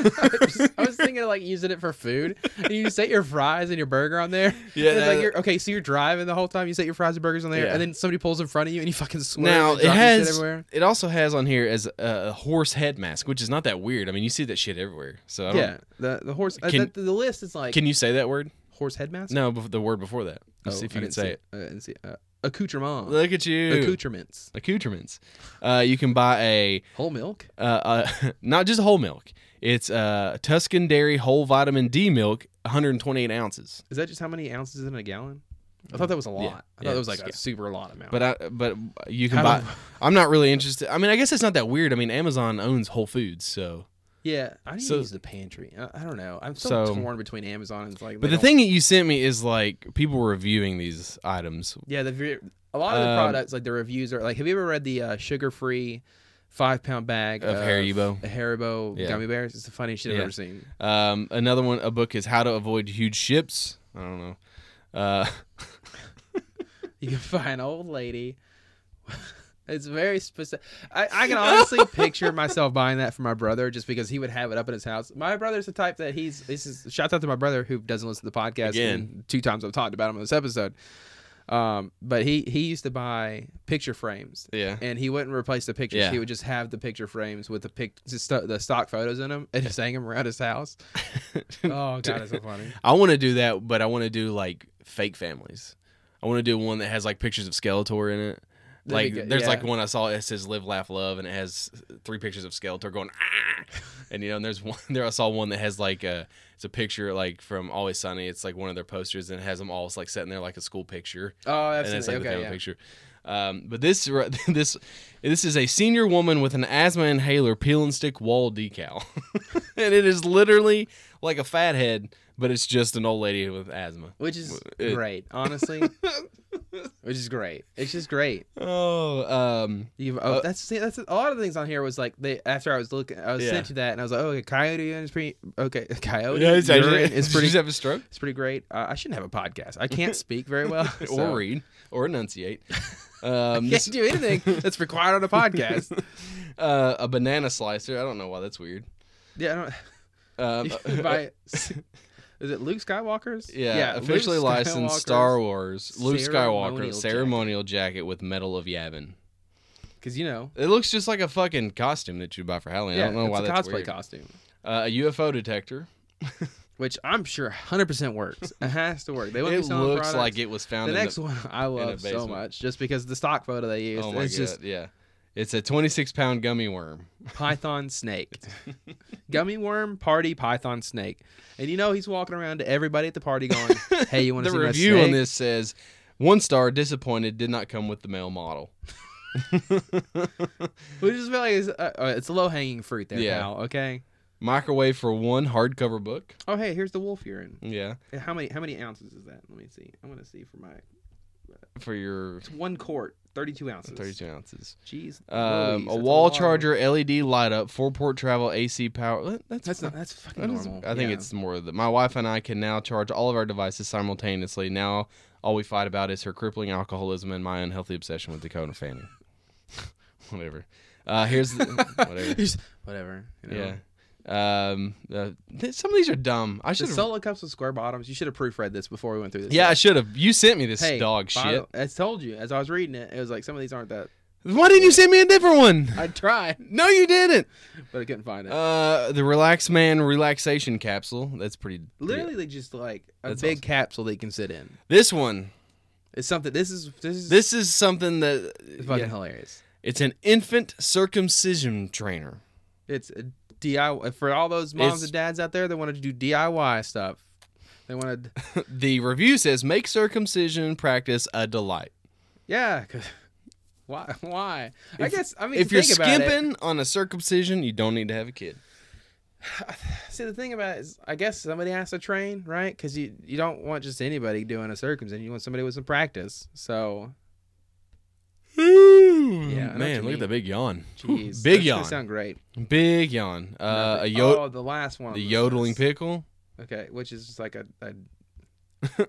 S2: I was thinking of like using it for food. And you set your fries and your burger on there.
S1: Yeah,
S2: And it's
S1: that-
S2: like you're, okay, so you're driving the whole time. You set your fries and burgers on there,
S1: Yeah.
S2: and then somebody pulls in front of you, and you fucking swerve.
S1: now
S2: and
S1: it
S2: drop your shit
S1: has.
S2: everywhere.
S1: It also has on here as a, a horse head mask, which is not that weird. I mean, you see that shit everywhere. So I don't-
S2: Yeah, the the horse. uh,
S1: Can-
S2: the, the list is like
S1: Can you say that word?
S2: horse head mask.
S1: No, bef- the word before that. Let's see if you can say it.
S2: I didn't see it. Uh, accoutrement.
S1: Look at you.
S2: Accoutrements.
S1: accoutrements. Uh, you can buy a
S2: Whole milk.
S1: uh, uh, not just whole milk. It's uh, Tuscan Dairy whole vitamin D milk, 128 ounces.
S2: Is that just how many ounces is in a gallon? I thought that was a lot. I thought
S1: yeah,
S2: that was like
S1: it's-
S2: a super lot amount.
S1: But I, but you can
S2: How
S1: buy.
S2: do-
S1: I'm not really interested. I mean, I guess it's not that weird. I mean, Amazon owns Whole Foods, so.
S2: yeah, I need
S1: So-
S2: to use the pantry. I, I don't know. I'm so,
S1: So-
S2: torn between Amazon and like.
S1: But
S2: they
S1: the
S2: don't-
S1: thing that you sent me is like people were reviewing these items.
S2: Yeah, the ve- a lot of the
S1: Um,
S2: products like the reviews are like. Have you ever read the uh, sugar-free five pound bag
S1: Of Haribo?
S2: Haribo
S1: Yeah.
S2: gummy bears? It's the funniest shit I've
S1: Yeah.
S2: ever seen.
S1: Um, another one, a book is How to Avoid Huge Ships. I don't know. Uh,
S2: You can find an old lady. It's very specific. I, I can honestly picture myself buying that for my brother just because he would have it up in his house. My brother's the type that he's. This is shout out to my brother who doesn't listen to the podcast.
S1: Again.
S2: and two times I've talked about him on this episode. Um, but he he used to buy picture frames
S1: yeah.
S2: and he wouldn't replace the pictures.
S1: Yeah.
S2: He would just have the picture frames with the pic, just sto- the stock photos in them, and just hang them around his house. oh god, that's so funny.
S1: I want to do that, but I want to do like fake families. I want to do one that has like pictures of Skeletor in it.
S2: That'd
S1: like
S2: be good,
S1: there's like
S2: yeah.
S1: one I saw that says "Live, Laugh, Love" and it has three pictures of Skeletor going ah, and you know, and there's one there I saw one that has like a it's a picture like from Always Sunny. It's like one of their posters and it has them all like sitting there like a school picture,
S2: Oh,
S1: and it's like
S2: absolutely.
S1: the
S2: okay,
S1: family
S2: yeah.
S1: picture. Um, but this this this is a senior woman with an asthma inhaler peel and stick wall decal, and it is literally like a fat head, but it's just an old lady with asthma.
S2: which is
S1: it-
S2: great, honestly. which is great. It's just great.
S1: Oh, um,
S2: You've, oh,
S1: Uh,
S2: that's see, that's a lot of things on here was like they after I was looking, I was
S1: Yeah.
S2: sent to that, and I was like, oh, okay, coyote urine is pretty. Okay, coyote
S1: yeah, it's actually,
S2: urine is
S1: Did you
S2: pretty.
S1: just have a stroke
S2: It's pretty great. Uh, I shouldn't have a podcast. I can't speak very well.
S1: or
S2: so-
S1: read or enunciate. Um,
S2: Can't do anything that's required on a podcast.
S1: uh, a banana slicer. I don't know why that's weird.
S2: Yeah, I don't.
S1: Um,
S2: by is it Luke Skywalker's?
S1: Yeah,
S2: Luke
S1: officially licensed Star Wars. Luke
S2: ceremonial
S1: Skywalker
S2: jacket.
S1: ceremonial jacket. with Medal of Yavin.
S2: Because you know,
S1: It looks just like a fucking costume that you buy for Halloween.
S2: yeah,
S1: I don't know
S2: it's
S1: why
S2: a
S1: that's
S2: cosplay
S1: weird.
S2: costume,
S1: Uh, a UFO detector.
S2: which I'm sure 100 percent works. It has to work. They wouldn't
S1: It
S2: be selling
S1: looks
S2: products.
S1: like it was found.
S2: The
S1: in
S2: next one I love so
S1: basement.
S2: much, just because the stock photo they used.
S1: Oh my
S2: it's
S1: god!
S2: just
S1: Yeah, it's a 26 pound gummy worm.
S2: Python Snake, gummy worm party Python Snake, and you know he's walking around to everybody at the party going, "Hey, you want
S1: The
S2: to see
S1: review
S2: my snake?"
S1: on this says, one star disappointed. Did not come with the male model.
S2: We just feel like it's, uh, uh, it's low hanging fruit there,
S1: Yeah.
S2: pal. Okay.
S1: Microwave for one hardcover book.
S2: Oh hey, here's the wolf urine.
S1: Yeah,
S2: How many how many ounces is that? Let me see. I'm gonna see for my
S1: for your
S2: It's one quart, 32 ounces.
S1: 32 ounces.
S2: Jeez.
S1: Um,
S2: Louise,
S1: a
S2: that's
S1: wall
S2: lot.
S1: charger, LED light up, four port travel, AC power. That- That's
S2: That's not. That's fucking
S1: That is-
S2: normal.
S1: I think
S2: Yeah.
S1: it's more that my wife and I can now charge all of our devices simultaneously. Now all we fight about is her crippling alcoholism and my unhealthy obsession with Dakota Fanning. whatever. Uh, here's the, whatever.
S2: Just- whatever. you know.
S1: Yeah. Um, uh, th- some of these are dumb. I
S2: The
S1: should have.
S2: solo cups with square bottoms. You should have proofread this before we went through this.
S1: Yeah, I
S2: shit.
S1: should have. You sent me this
S2: Hey,
S1: dog
S2: by
S1: shit.
S2: the- I told you as I was reading it, it was like some of these aren't that.
S1: Why didn't you send me a different one?
S2: I tried,
S1: No, you didn't.
S2: but I couldn't find it.
S1: Uh, the Relax Man relaxation capsule. That's pretty. pretty-
S2: Literally, they just like a
S1: That's
S2: big
S1: awesome.
S2: capsule they can sit in.
S1: This one.
S2: It's something. This is this is
S1: This is something that.
S2: is fucking
S1: yeah.
S2: hilarious.
S1: It's an infant circumcision trainer.
S2: It's a DIY uh, for all those moms
S1: It's-
S2: and dads out there that want to do DIY stuff. They want to,
S1: the review says make circumcision practice a delight.
S2: yeah. 'cause- Why? Why? I
S1: If-
S2: guess I mean
S1: if
S2: to
S1: you're
S2: think about it-
S1: skimping on a circumcision, you don't need to have a kid.
S2: See, the thing about it is, I guess somebody has to train, right? Because you you don't want just anybody doing a circumcision. You want somebody with some practice. So, I know what you
S1: man, look
S2: mean.
S1: at the big yawn.
S2: jeez,
S1: Big
S2: that's gonna
S1: yawn.
S2: sound great.
S1: Big yawn. Uh, a
S2: Nothing-
S1: yo-
S2: oh, the last one. on
S1: the
S2: this
S1: yodeling
S2: list.
S1: pickle.
S2: Okay, which is just like a. a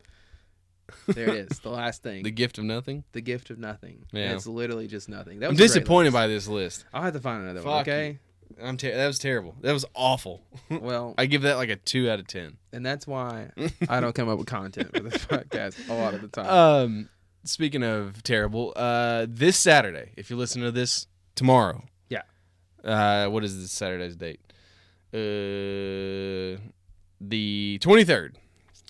S2: there it is. The last thing.
S1: The
S2: The,
S1: gift of nothing.
S2: gift of nothing. And
S1: Yeah.
S2: It's literally just nothing. That
S1: I'm
S2: was a great
S1: disappointed
S2: list.
S1: by this list.
S2: I'll have to find another one.
S1: Fuck
S2: Okay.
S1: I'm ter- that was terrible. That was awful.
S2: Well,
S1: I give that like a two out of ten.
S2: and that's why I don't come up with content for this podcast a lot of the time.
S1: Um, speaking of terrible, uh, this Saturday, if you listen to this tomorrow,
S2: Yeah.
S1: uh, what is this Saturday's date? Uh, the twenty third.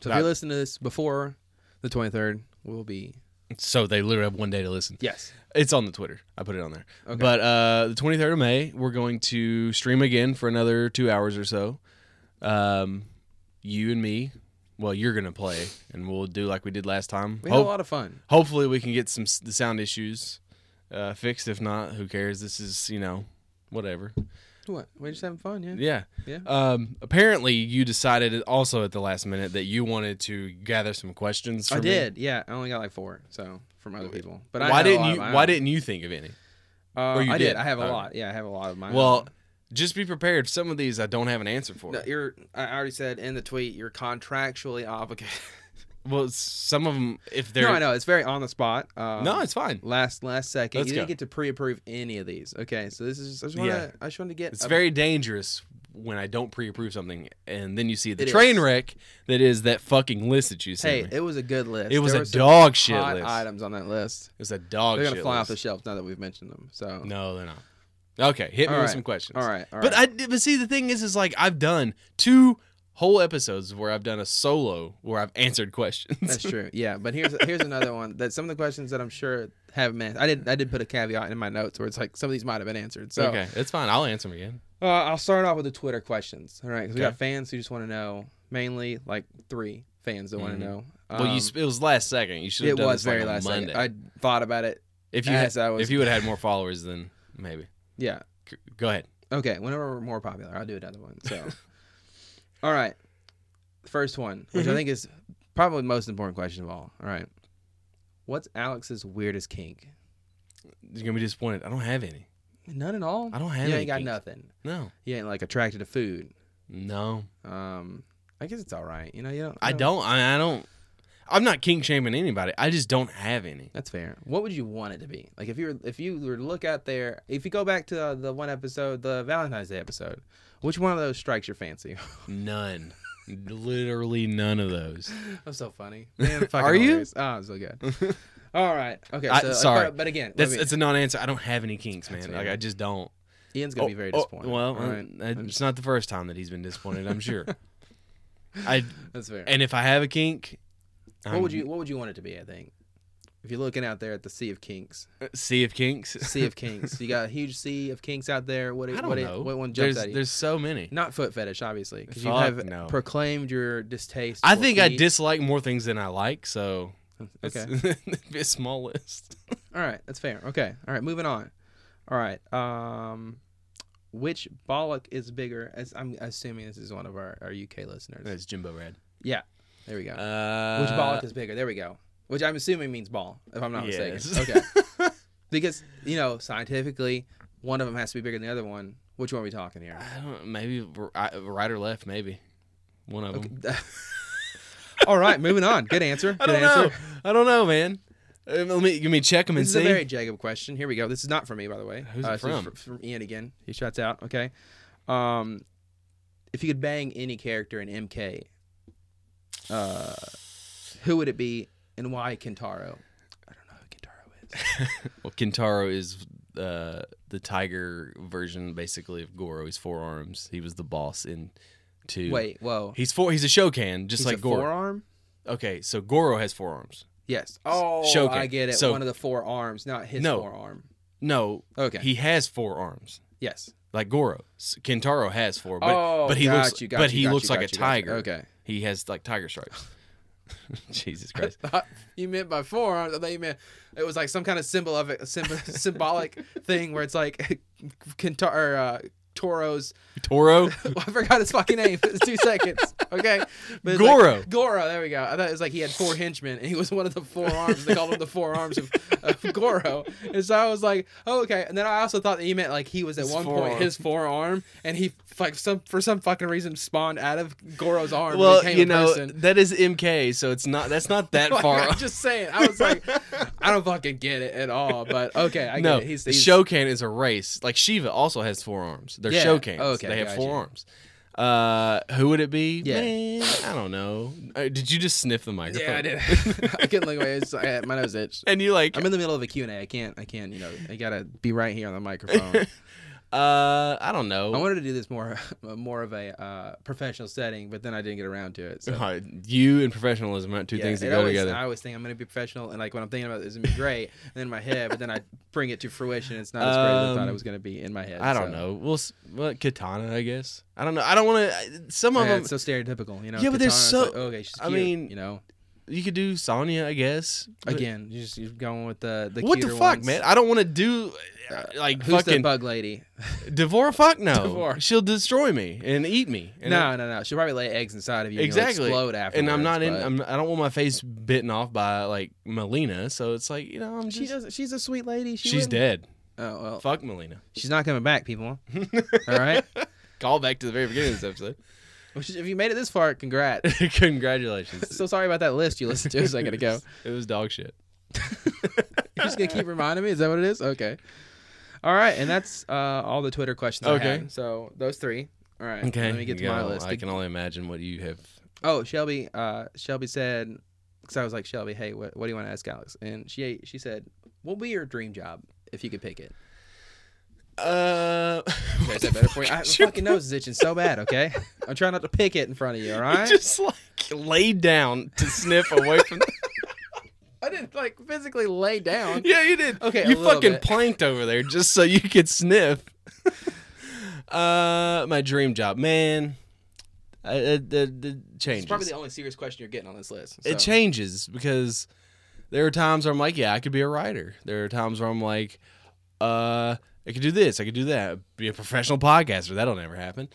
S2: so if you're listening to this before the 23rd, we'll be
S1: So they literally have one day to listen.
S2: yes.
S1: It's on the Twitter. I put it on there.
S2: Okay.
S1: But uh, the twenty third of May, we're going to stream again for another two hours or so. Um, you and me. Well, you're gonna play, and we'll do like we did last time.
S2: We had
S1: Hope-
S2: a lot of fun.
S1: hopefully we can get some s- the sound issues uh, fixed. If not, who cares? This is you know whatever.
S2: What? We're just having fun, yeah.
S1: Yeah.
S2: Yeah.
S1: Um, apparently you decided also at the last minute that you wanted to gather some questions. For
S2: I
S1: me.
S2: did, yeah. I only got like four, so from other people. But I
S1: why
S2: had a
S1: didn't
S2: lot of
S1: you?
S2: my
S1: Why
S2: own.
S1: didn't you think of any?
S2: Uh,
S1: or you
S2: I did.
S1: did?
S2: I have a
S1: Okay.
S2: lot. Yeah, I have a lot of mine.
S1: Well, just be prepared. Some of these I don't have an answer for.
S2: No, you're. I already said in the tweet you're contractually obligated.
S1: Well, s- some of them if they're
S2: no, I know it's very on the spot. Um,
S1: No, it's fine.
S2: last last 2nd
S1: Let's
S2: you didn't
S1: go.
S2: get to pre-approve any of these. Okay, so this is I just want to
S1: Yeah.
S2: I just want to get
S1: It's
S2: a-
S1: very dangerous when I don't pre-approve something and then you see the
S2: It
S1: train
S2: is.
S1: wreck that is that fucking list that you sent
S2: Hey,
S1: me.
S2: it was a good list.
S1: It was
S2: There
S1: a
S2: were some
S1: dog shit
S2: hot
S1: list.
S2: items on that list.
S1: It's a dog.
S2: They're gonna
S1: shit
S2: fly off
S1: list.
S2: the shelves now that we've mentioned them. So
S1: No, they're not. Okay, hit me
S2: All
S1: with
S2: right.
S1: some questions.
S2: All right, all
S1: but
S2: right.
S1: I but see the thing is is like I've done two whole episodes where I've done a solo where I've answered questions.
S2: That's true. Yeah, but here's here's another one that some of the questions that I'm sure have been. I did I did put a caveat in my notes where it's like some of these might have been answered. So
S1: okay, it's fine. I'll answer them again.
S2: uh, I'll start off with the Twitter questions. All right, 'cause we
S1: Okay.
S2: got fans who just want to know mainly like three fans that want
S1: Mhm.
S2: to know.
S1: well, you
S2: Um,
S1: sp- it was last second. You should have
S2: it
S1: done
S2: was
S1: this, like,
S2: very
S1: on
S2: last
S1: Monday.
S2: Monday. I thought about it.
S1: if you
S2: as
S1: had,
S2: I was-
S1: if you would have had more followers, then maybe.
S2: Yeah.
S1: C- Go ahead.
S2: Okay. Whenever we're more popular, I'll do another one. So, all right. First one, which
S1: Mm-hmm.
S2: I think is probably the most important question of all. All right. What's Alex's weirdest kink?
S1: You're gonna be disappointed. I don't have any.
S2: None at all.
S1: I don't have
S2: You
S1: any
S2: ain't got
S1: kinks.
S2: nothing.
S1: No,
S2: You ain't like attracted to food.
S1: no,
S2: Um, I guess it's all right. You know, you don't.
S1: I
S2: you
S1: don't. I, I don't. I'm not king shaming anybody. I just don't have any.
S2: That's fair. What would you want it to be? Like if you were, if you were to look out there, if you go back to uh, the one episode, the Valentine's Day episode, which one of those strikes your fancy?
S1: None. Literally none of those.
S2: I'm so funny. Man, fucking
S1: Are you?
S2: hilarious. Oh, I'm so good. all right. Okay. So, uh,
S1: I- sorry.
S2: But, but again, let
S1: That's
S2: me-
S1: it's a non-answer. I don't have any kinks, man.
S2: fair.
S1: Like I just don't.
S2: Ian's gonna
S1: Oh,
S2: be very
S1: oh,
S2: disappointed.
S1: well,
S2: All right.
S1: uh, it's not the first time that he's been disappointed. I'm sure. I
S2: that's fair.
S1: and if I have a kink,
S2: what would you What would you want it to be? I think if you're looking out there at the sea of kinks,
S1: um, see if kinks?
S2: sea of kinks, you got a huge sea of kinks out there. What?
S1: I don't
S2: what,
S1: know.
S2: what one jumps
S1: there's
S2: at you?
S1: there's so many.
S2: Not foot fetish, obviously, because you
S1: Fuck
S2: have
S1: no.
S2: proclaimed your distaste.
S1: I
S2: for
S1: think I
S2: feet.
S1: dislike more things than I like, so it's,
S2: Okay.
S1: it'd be a small list.
S2: All right, that's fair. Okay. All right, moving on. All right. Um, which bollock is bigger? As I'm assuming this is one of our, our UK listeners.
S1: That's Jimbo Red.
S2: Yeah. There we go.
S1: Uh,
S2: which bollock is bigger? There we go. which I'm assuming means ball, if I'm not
S1: Yes.
S2: mistaken. Okay. because, you know, scientifically, one of them has to be bigger than the other one. Which one are we talking here?
S1: I don't, maybe r- I- right or left, maybe one of them.
S2: All right, moving on. Good answer. Good
S1: I don't
S2: answer.
S1: know. I don't know, man. Uh, let me let me check them and
S2: This is
S1: see.
S2: a very Jacob question. Here we go. This is not from me, by the way. Uh,
S1: Who's it
S2: this is
S1: from?
S2: fr- from Ian again. He shuts out. Okay. Um, if you could bang any character in MK, uh, who would it be and why Kentaro? I don't know who Kentaro is.
S1: Well, Kentaro is uh, the tiger version, basically, of Goro. He's four arms. He was the boss in two.
S2: Wait, whoa.
S1: he's four. He's a Shokan, just
S2: He's
S1: like
S2: a
S1: Goro.
S2: forearm.
S1: Okay, so Goro has four arms.
S2: Yes. Oh,
S1: Shokin.
S2: I get it.
S1: So-
S2: One of the four arms, not his
S1: No.
S2: forearm.
S1: No,
S2: Okay.
S1: he has four arms,
S2: yes.
S1: like Goro. S- Kentaro has four, but
S2: oh,
S1: but he
S2: got
S1: looks
S2: you, got
S1: but
S2: you,
S1: he
S2: got
S1: looks
S2: you,
S1: like a
S2: got you, got you.
S1: tiger.
S2: Okay.
S1: he has like tiger stripes. Jesus Christ.
S2: thought Uh, you meant by forearms. I thought you meant it was like some kind of symbol of it, symb- symbolic thing where it's like Kenta- or, uh, Toro's.
S1: Toro.
S2: I forgot his fucking name. It's two seconds. Okay. But it's like-
S1: Goro.
S2: Goro. There we go. I thought it was like he had four henchmen and he was one of the four arms. They called him the four arms of, of Goro. And so I was like, oh, okay. And then I also thought that he meant like he was at
S1: His
S2: one
S1: forearm.
S2: point his forearm and he like some for some fucking reason spawned out of Goro's arm. and
S1: Well,
S2: became
S1: you
S2: a
S1: know
S2: person.
S1: that is MK, so it's not that's not that
S2: Like,
S1: far.
S2: I'm just saying. I was like, I don't fucking get it at all. But okay, I get
S1: no,
S2: it. He's,
S1: the
S2: he's
S1: Shokan is a race. Like Shiva also has four arms. They're
S2: Yeah. Oh,
S1: Shokans.
S2: Okay,
S1: they have
S2: got
S1: four
S2: you.
S1: arms. Uh, who would it be?
S2: Yeah.
S1: Man, I don't know. Uh, did you just sniff the microphone?
S2: Yeah, I did. I couldn't look away. It's, I, my nose itched.
S1: and you like,
S2: I'm in the middle of a Q and A. I can't. I can't. You know, I gotta be right here on the microphone.
S1: uh, I don't know.
S2: I wanted to do this more, more of a uh, professional setting, but then I didn't get around to it. So.
S1: Uh, you and professionalism aren't two
S2: Yeah,
S1: things that
S2: it
S1: go
S2: always-
S1: together.
S2: I always think I'm going to be professional, and like when I'm thinking about this, it's gonna be great, and then in my head, but then I bring it to fruition. It's not as great as I thought
S1: Um,
S2: it was going to be in my head.
S1: I don't
S2: so.
S1: know. We'll, s- well, Katana, I guess. I don't know. I don't want to. Some of
S2: Yeah,
S1: them.
S2: it's so stereotypical, you know.
S1: Yeah, but there's
S2: Katana's
S1: so-
S2: like, "Oh, okay, she's
S1: I
S2: cute.
S1: mean,
S2: you know,
S1: you could do Sonya, I guess. But-
S2: Again, you're just you're going with the the
S1: What the
S2: cuter
S1: fuck,
S2: ones.
S1: man? I don't want to do uh, like
S2: Who's the
S1: fucking
S2: bug lady?
S1: Devora fuck no.
S2: Devora.
S1: She'll destroy me and eat me. And
S2: no, no, no. She'll probably lay eggs inside of you.
S1: exactly.
S2: And you'll explode after.
S1: and I'm not in. I'm, I don't want my face bitten off by like Melina. So it's like you know, I'm
S2: she
S1: just.
S2: does. She's a sweet lady. She
S1: she's
S2: wouldn't-
S1: dead.
S2: Oh well,
S1: Fuck Melina.
S2: she's not coming back, people. All right.
S1: Call back to the very beginning of this episode.
S2: Which, if you made it this far, congrats.
S1: Congratulations.
S2: so sorry about that list you listened to a second ago.
S1: It was dog shit.
S2: You're just gonna keep reminding me. Is that what it is? Okay. All right, and that's uh, all the Twitter questions. I
S1: Okay.
S2: had. So those three. All right.
S1: Okay.
S2: Let me get to
S1: You
S2: my
S1: know,
S2: list.
S1: I can only imagine what you have.
S2: Oh, Shelby. Uh, Shelby said, because I was like, Shelby, hey, what, what do you want to ask Alex? And she she said, what would be your dream job if you could pick it?
S1: Uh,
S2: Okay, is that better for you? I, my fucking nose is itching so bad. Okay, I'm trying not to pick it in front of you. All right.
S1: Just like laid down to sniff away from.
S2: I didn't like physically lay down.
S1: Yeah, you did.
S2: Okay, a
S1: you
S2: little
S1: fucking
S2: bit.
S1: planked over there just so you could sniff. uh, my dream job, man. I, I, the the
S2: It's
S1: changes.
S2: probably the only serious question you're getting on this list.
S1: It
S2: so.
S1: changes because there are times where I'm like, yeah, I could be a writer. There are times where I'm like, uh, I could do this, I could do that, be a professional podcaster. That'll never happen.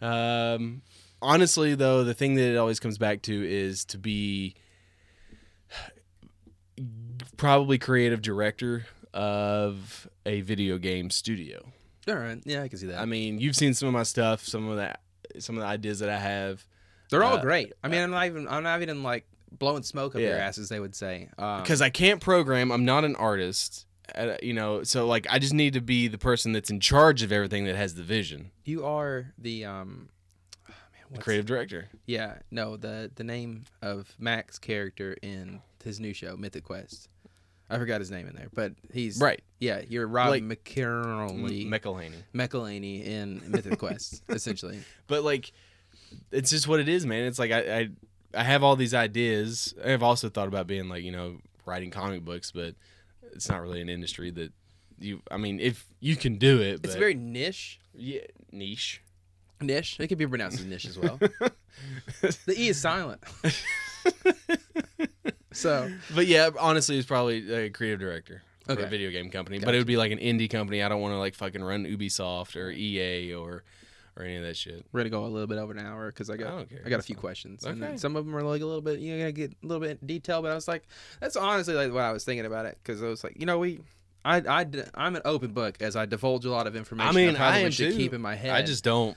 S1: Um, honestly, though, the thing that it always comes back to is to be probably creative director of a video game studio.
S2: All right. Yeah, I can see that.
S1: I mean, you've seen some of my stuff, some of that, some of the ideas that I have.
S2: They're all
S1: uh,
S2: great. I mean, I'm not even I'm not even like blowing smoke up
S1: Yeah.
S2: your ass as they would say. Um,
S1: because I can't program. I'm not an artist. Uh, you know, so like I just need to be the person that's in charge of everything that has the vision,
S2: you are the um, oh, man,
S1: the
S2: what's-
S1: creative director.
S2: Yeah, no, the the name of Mac's character in his new show, Mythic Quest. I forgot his name in there, but he's
S1: Right.
S2: Yeah, you're Rob
S1: Like-
S2: McElhaney,
S1: McElhaney.
S2: McElhaney in Mythic Quest, essentially.
S1: But like, it's just what it is, man. It's like I, I, I have all these ideas. I've also thought about being like you know writing comic books, but it's not really an industry that you. I mean, if you can do it,
S2: It's
S1: but-
S2: very niche.
S1: yeah, niche.
S2: Niche. It could be pronounced as niche as well. the E is silent. so
S1: But yeah, honestly, it's probably a creative director for a
S2: Okay.
S1: video game company. But it would be like an indie company. I don't want to like fucking run Ubisoft E or EA or or any of that shit.
S2: We're gonna go a little bit over an hour because I got
S1: I
S2: I,
S1: don't care.
S2: got a
S1: That's
S2: few
S1: fine.
S2: questions, and then
S1: Okay.
S2: some of them are like a little bit you know gotta get a little bit in detail. But I was like, that's honestly like what I was thinking about it because I was like, you know, we, I, I, am an open book as I divulge a lot of information.
S1: I mean, I
S2: probably
S1: am
S2: should
S1: too.
S2: keep in my head.
S1: I just don't.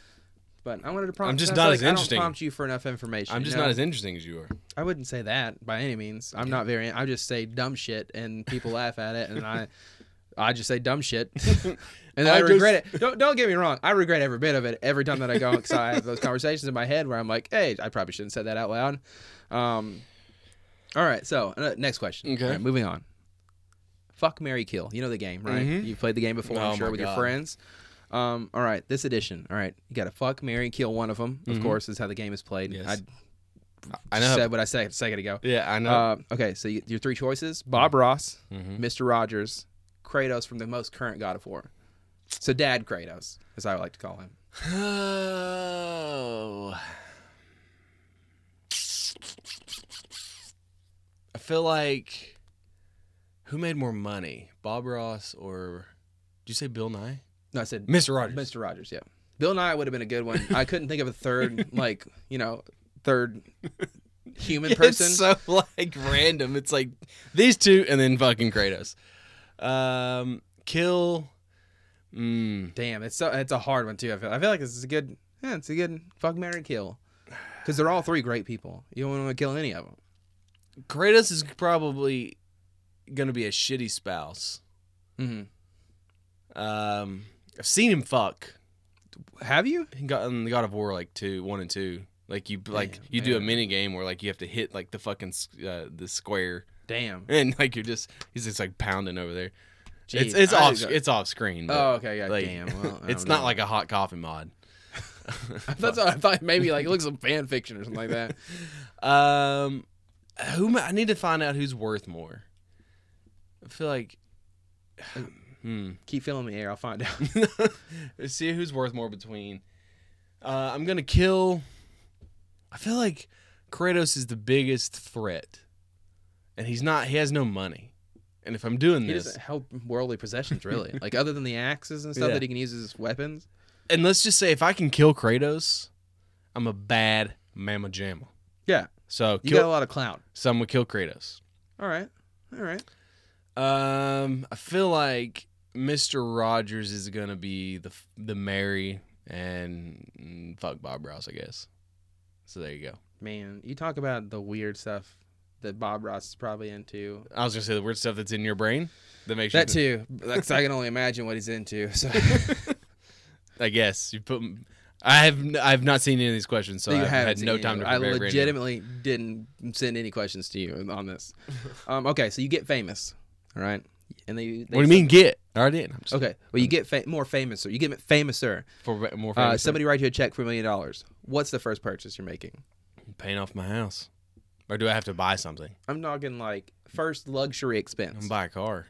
S2: but I wanted to prompt.
S1: I'm just
S2: I feel
S1: not
S2: like
S1: as
S2: I
S1: interesting.
S2: don't prompt you for enough information.
S1: I'm just
S2: you know?
S1: not as interesting as you are.
S2: I wouldn't say that by any means. I'm not very. I just say dumb shit, and people laugh at it, and I, I just say dumb shit, and I,
S1: I just-
S2: regret it. Don't don't get me wrong. I regret every bit of it every time that I go because I have those conversations in my head where I'm like, hey, I probably shouldn't say that out loud. Um, all right. So uh, next question.
S1: Okay.
S2: All right, moving on. Fuck Mary Kill. You know the game, right?
S1: Mhm.
S2: You've played the game before,
S1: Oh
S2: I'm sure,
S1: my
S2: with your
S1: God.
S2: friends. Um, all right, this edition. All right, you got to fuck, Mary kill one of them. Of
S1: Mhm.
S2: course, is how the game is played.
S1: Yes.
S2: I
S1: I know.
S2: said what I said a second ago.
S1: yeah, I know.
S2: Uh, okay, so you, your three choices: Bob Ross,
S1: Mhm.
S2: Mister Rogers, Kratos from the most current God of War. So Dad Kratos, as I like to call him.
S1: Oh. I feel like who made more money, Bob Ross or did you say Bill Nye?
S2: No, I said
S1: Mr. Rogers.
S2: Mister Rogers. Yeah, Bill Nye would have been a good one. I couldn't think of a third, like you know, third human person.
S1: It's so like random. It's like these two and then fucking Kratos. Um, kill. Mm,
S2: Damn, it's so it's a hard one too. I feel I feel like this is a good, yeah, it's a good fuck Mary kill, because they're all three great people. You don't want to kill any of them.
S1: Kratos is probably gonna be a shitty spouse.
S2: Mm-hmm.
S1: Um, I've seen him fuck.
S2: Mm-hmm. Have you?
S1: He got in God of War like two, one and two. Like you, like
S2: Damn,
S1: you do a
S2: man.
S1: mini game where like you have to hit like the fucking s- uh, the square,
S2: Damn.
S1: and like you're just he's just like pounding over there.
S2: Jeez,
S1: it's it's
S2: I-
S1: off it's off screen. but,
S2: Oh, okay, yeah,
S1: like,
S2: damn. Well, I
S1: it's
S2: don't
S1: not
S2: know.
S1: like a hot coffee mod.
S2: That's what I thought. Maybe like it looks like fan fiction or something like that.
S1: Um, who I need to find out who's worth more. I feel like, hmm.
S2: Keep filling me air. I'll find out.
S1: Let's see who's worth more between. Uh, I'm gonna kill. I feel like Kratos is the biggest threat, and he's not. He has no money, and if I'm doing
S2: He
S1: this,
S2: doesn't help worldly possessions really. Like other than the axes and stuff
S1: Yeah.
S2: that he can use as weapons.
S1: and let's just say if I can kill Kratos, I'm a bad mama jamma.
S2: Yeah,
S1: So
S2: you
S1: kill.
S2: got a lot of clout.
S1: so I'm gonna kill Kratos.
S2: All right, all right.
S1: Um, I feel like Mr. Rogers is gonna be the the Mary and mm, fuck Bob Ross, I guess. So there you go.
S2: Man, you talk about the weird stuff that Bob Ross is probably into.
S1: I was gonna say the weird stuff that's in your brain that makes
S2: That
S1: you.
S2: too, because I can only imagine what he's into. So
S1: I guess you put. I have n- I have not seen any of these questions, so
S2: you
S1: I
S2: haven't
S1: had
S2: seen
S1: no
S2: any
S1: time to
S2: of it. I
S1: prepare. for any of them.
S2: legitimately didn't send any questions to you on this. Um, okay, so you get famous, all right? And they, they
S1: What do you mean get? I already did. I'm just
S2: Okay. Well, you get fa- more famous, sir. You get famous, sir.
S1: for more
S2: Uh,
S1: famous
S2: somebody write you a check for a million dollars. What's the first purchase you're making?
S1: paying off my house, or do I have to buy something?
S2: I'm talking like first luxury
S1: I'm
S2: expense.
S1: gonna buy a car.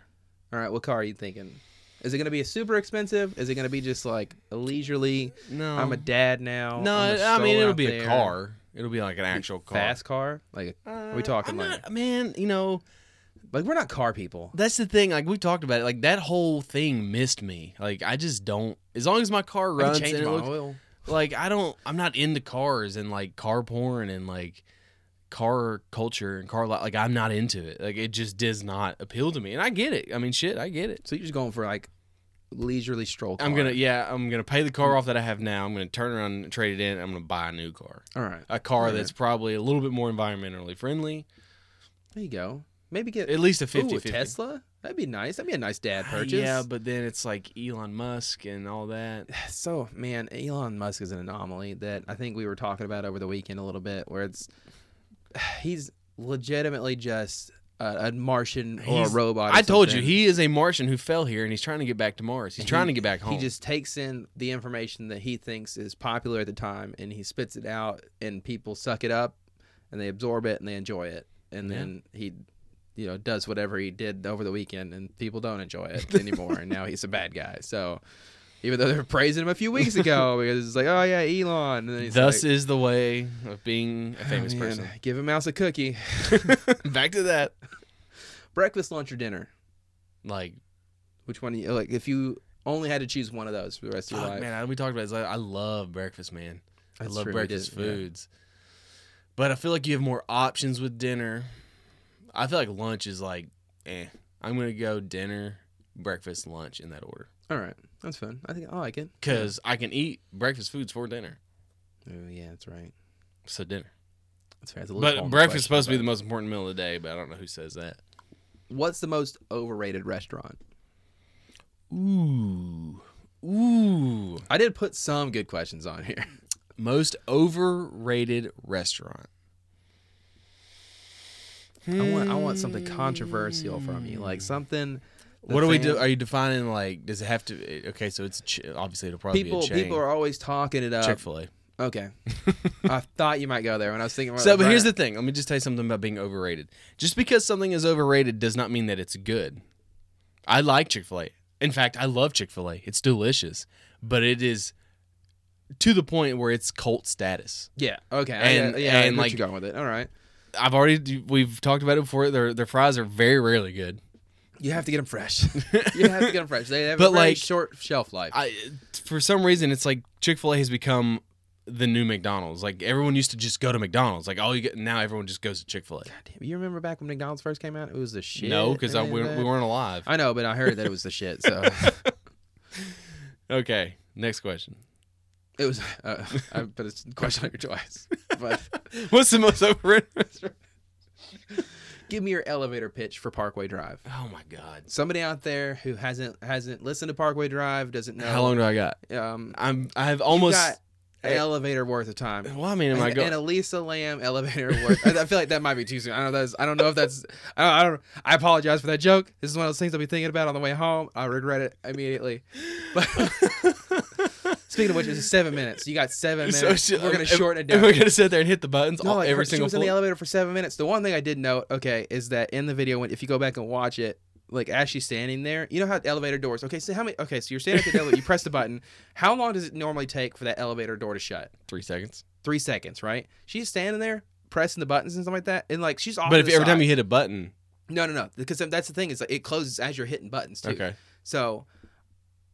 S2: All right, what car are you thinking? Is it going to be a super expensive? Is it going to be just like a leisurely?
S1: No,
S2: I'm a dad now.
S1: no.
S2: I'm a
S1: I mean
S2: soul
S1: it'll
S2: out
S1: be
S2: there.
S1: a car. It'll be like an actual car.
S2: Fast car? Like are we
S1: Uh,
S2: talking
S1: I'm
S2: like
S1: not- man, you know
S2: like we're not car people.
S1: that's the thing. Like we talked about it. Like that whole thing missed me. Like I just don't. As long as my car
S2: I
S1: runs
S2: can change
S1: and it
S2: my
S1: looks
S2: oil.
S1: like I don't I'm not into cars and like car porn and like car culture and car li- like I'm not into it. Like it just does not appeal to me. And I get it. I mean shit, I get it.
S2: So you're just going for like leisurely stroll.
S1: I'm
S2: car.
S1: going to yeah, I'm going to pay the car
S2: Hmm.
S1: off that I have now. I'm going to turn around and trade it in. I'm going to buy a new car.
S2: All right.
S1: A car
S2: Right.
S1: that's probably a little bit more environmentally friendly.
S2: There you go. Maybe get
S1: At least a 50
S2: Ooh, a Tesla? That'd be nice. That'd be a nice dad purchase.
S1: Ah, Yeah, but then it's like Elon Musk and all that.
S2: so man, Elon Musk is an anomaly that I think we were talking about over the weekend a little bit, where it's he's legitimately just a, a Martian or a
S1: He's-
S2: robot. or
S1: I told you
S2: something.
S1: he is a Martian who fell here and he's trying to get back to Mars. He's trying to get back home.
S2: He just takes in the information that he thinks is popular at the time, and he spits it out, and people suck it up, and they absorb it, and they enjoy it, and
S1: Yeah.
S2: then he, you know, does whatever he did over the weekend, and people don't enjoy it anymore, and now he's a bad guy. So, even though they were praising him a few weeks ago, because it's like, oh yeah, Elon, and then he's
S1: Thus
S2: like,
S1: is the way of being a
S2: "Oh,
S1: famous
S2: man,
S1: person.
S2: Give a mouse a cookie.
S1: Back to that.
S2: Breakfast, lunch, or dinner.
S1: Like
S2: Which one? do You, like, if you only had to choose one of those for the rest of your
S1: Fuck,
S2: life.
S1: man, I, we talked about this. I, I love breakfast, man. I
S2: That's
S1: love
S2: true, we
S1: breakfast
S2: did, yeah.
S1: foods. But I feel like you have more options with dinner. I feel like lunch is like, eh. I'm gonna go dinner, breakfast, lunch in that order
S2: All right, that's fun. I think I like it.
S1: because I can eat breakfast foods for dinner.
S2: Oh yeah, that's right.
S1: So dinner,
S2: That's right. It's a loophole
S1: but
S2: in the
S1: breakfast is
S2: question,
S1: supposed to be the most important meal of the day. But I don't know who says that.
S2: but- What's the most overrated restaurant?
S1: Ooh, ooh.
S2: I did put some good questions on here.
S1: Most overrated restaurant.
S2: I want I want something controversial from you, like something. the
S1: what do we
S2: fan-
S1: do? Are you defining like? Does it have to? Okay, so it's a ch- obviously it'll probably
S2: People
S1: be a chain.
S2: people are uh, always talking it up.
S1: Chick Fil A.
S2: Okay, I thought you might go there when I was thinking. about
S1: So, but here's
S2: burger.
S1: the thing. Let me just tell you something about being overrated. Just because something is overrated does not mean that it's good. I like Chick Fil A. In fact, I love Chick Fil A. It's delicious, but it is to the point where it's cult status.
S2: yeah okay I
S1: and-
S2: get- yeah I
S1: and,
S2: get what
S1: like-
S2: you're going with it. All right,
S1: I've already we've talked about it before. Their their fries are very rarely good.
S2: you have to get them fresh. you have to get them fresh. They have a
S1: But,
S2: very
S1: like,
S2: short shelf life.
S1: I for some reason it's like Chick Fil A has become the new McDonald's. Like everyone used to just go to McDonald's. Like all you get now, everyone just goes to Chick Fil A.
S2: Damn, you remember back when McDonald's first came out? It was the shit.
S1: No, because
S2: and
S1: we,
S2: then that-
S1: we weren't alive.
S2: I know, but I heard that it was the shit. So
S1: Okay, next question.
S2: it was. Uh, I put a question on your twice. But
S1: What's the most overrated restaurant?
S2: give me your elevator pitch for Parkway Drive.
S1: Oh my god!
S2: Somebody out there who hasn't hasn't listened to Parkway Drive doesn't know.
S1: How long do I got?
S2: Um,
S1: I'm I have
S2: almost
S1: almost.
S2: got an
S1: Hey.
S2: elevator worth of time.
S1: well, I mean, am I
S2: And-
S1: going?
S2: and Elisa Lamb elevator worth. I I feel like that might be too soon. I don't know. That's, I don't know if that's. I don't, I don't. I apologize for that joke. This is one of those things I'll be thinking about on the way home. I regret it immediately. But speaking of which, it's seven minutes. You got seven
S1: So
S2: minutes.
S1: shit,
S2: We're gonna
S1: if-
S2: shorten it
S1: if
S2: down.
S1: We're gonna sit there and hit the buttons
S2: No,
S1: all,
S2: like
S1: every
S2: her- she
S1: single.
S2: was in the
S1: floor?
S2: elevator for seven minutes. The one thing I did note, okay, is that in the video when if you go back and watch it, like as she's standing there, you know how the elevator doors. Okay, so how many? Okay, so you're standing at the elevator. You press the button. How long does it normally take for that elevator door to shut?
S1: Three seconds.
S2: Three seconds, right? She's standing there pressing the buttons and stuff like that, and like she's off.
S1: But
S2: to
S1: if
S2: the
S1: every time
S2: side.
S1: you hit a button,
S2: no, no, no, because that's the thing is like, it closes as you're hitting buttons too.
S1: okay.
S2: So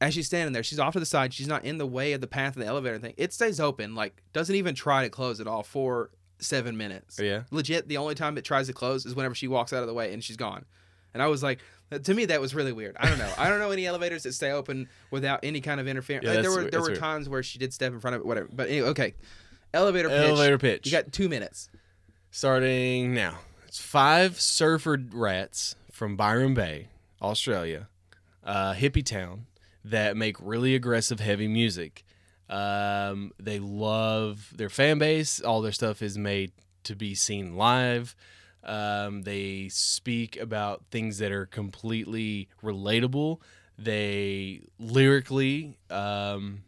S2: as she's standing there, she's off to the side. She's not in the way of the path of the elevator thing. It stays open, like doesn't even try to close at all for seven minutes.
S1: Yeah.
S2: Legit, the only time it tries to close is whenever she walks out of the way and she's gone. And I was like, to me, that was really weird. I don't know. I don't know any elevators that stay open without any kind of interference.
S1: Yeah,
S2: like, there
S1: that's
S2: were
S1: weird.
S2: there
S1: That's
S2: were
S1: weird.
S2: times where she did step in front of it, whatever. But anyway, okay, elevator pitch.
S1: Elevator pitch.
S2: You got two minutes.
S1: starting now. It's five surfer rats from Byron Bay, Australia, uh, hippie town that make really aggressive heavy music. Um, they love their fan base. All their stuff is made to be seen live. Um, they speak about things that are completely relatable. They lyrically um,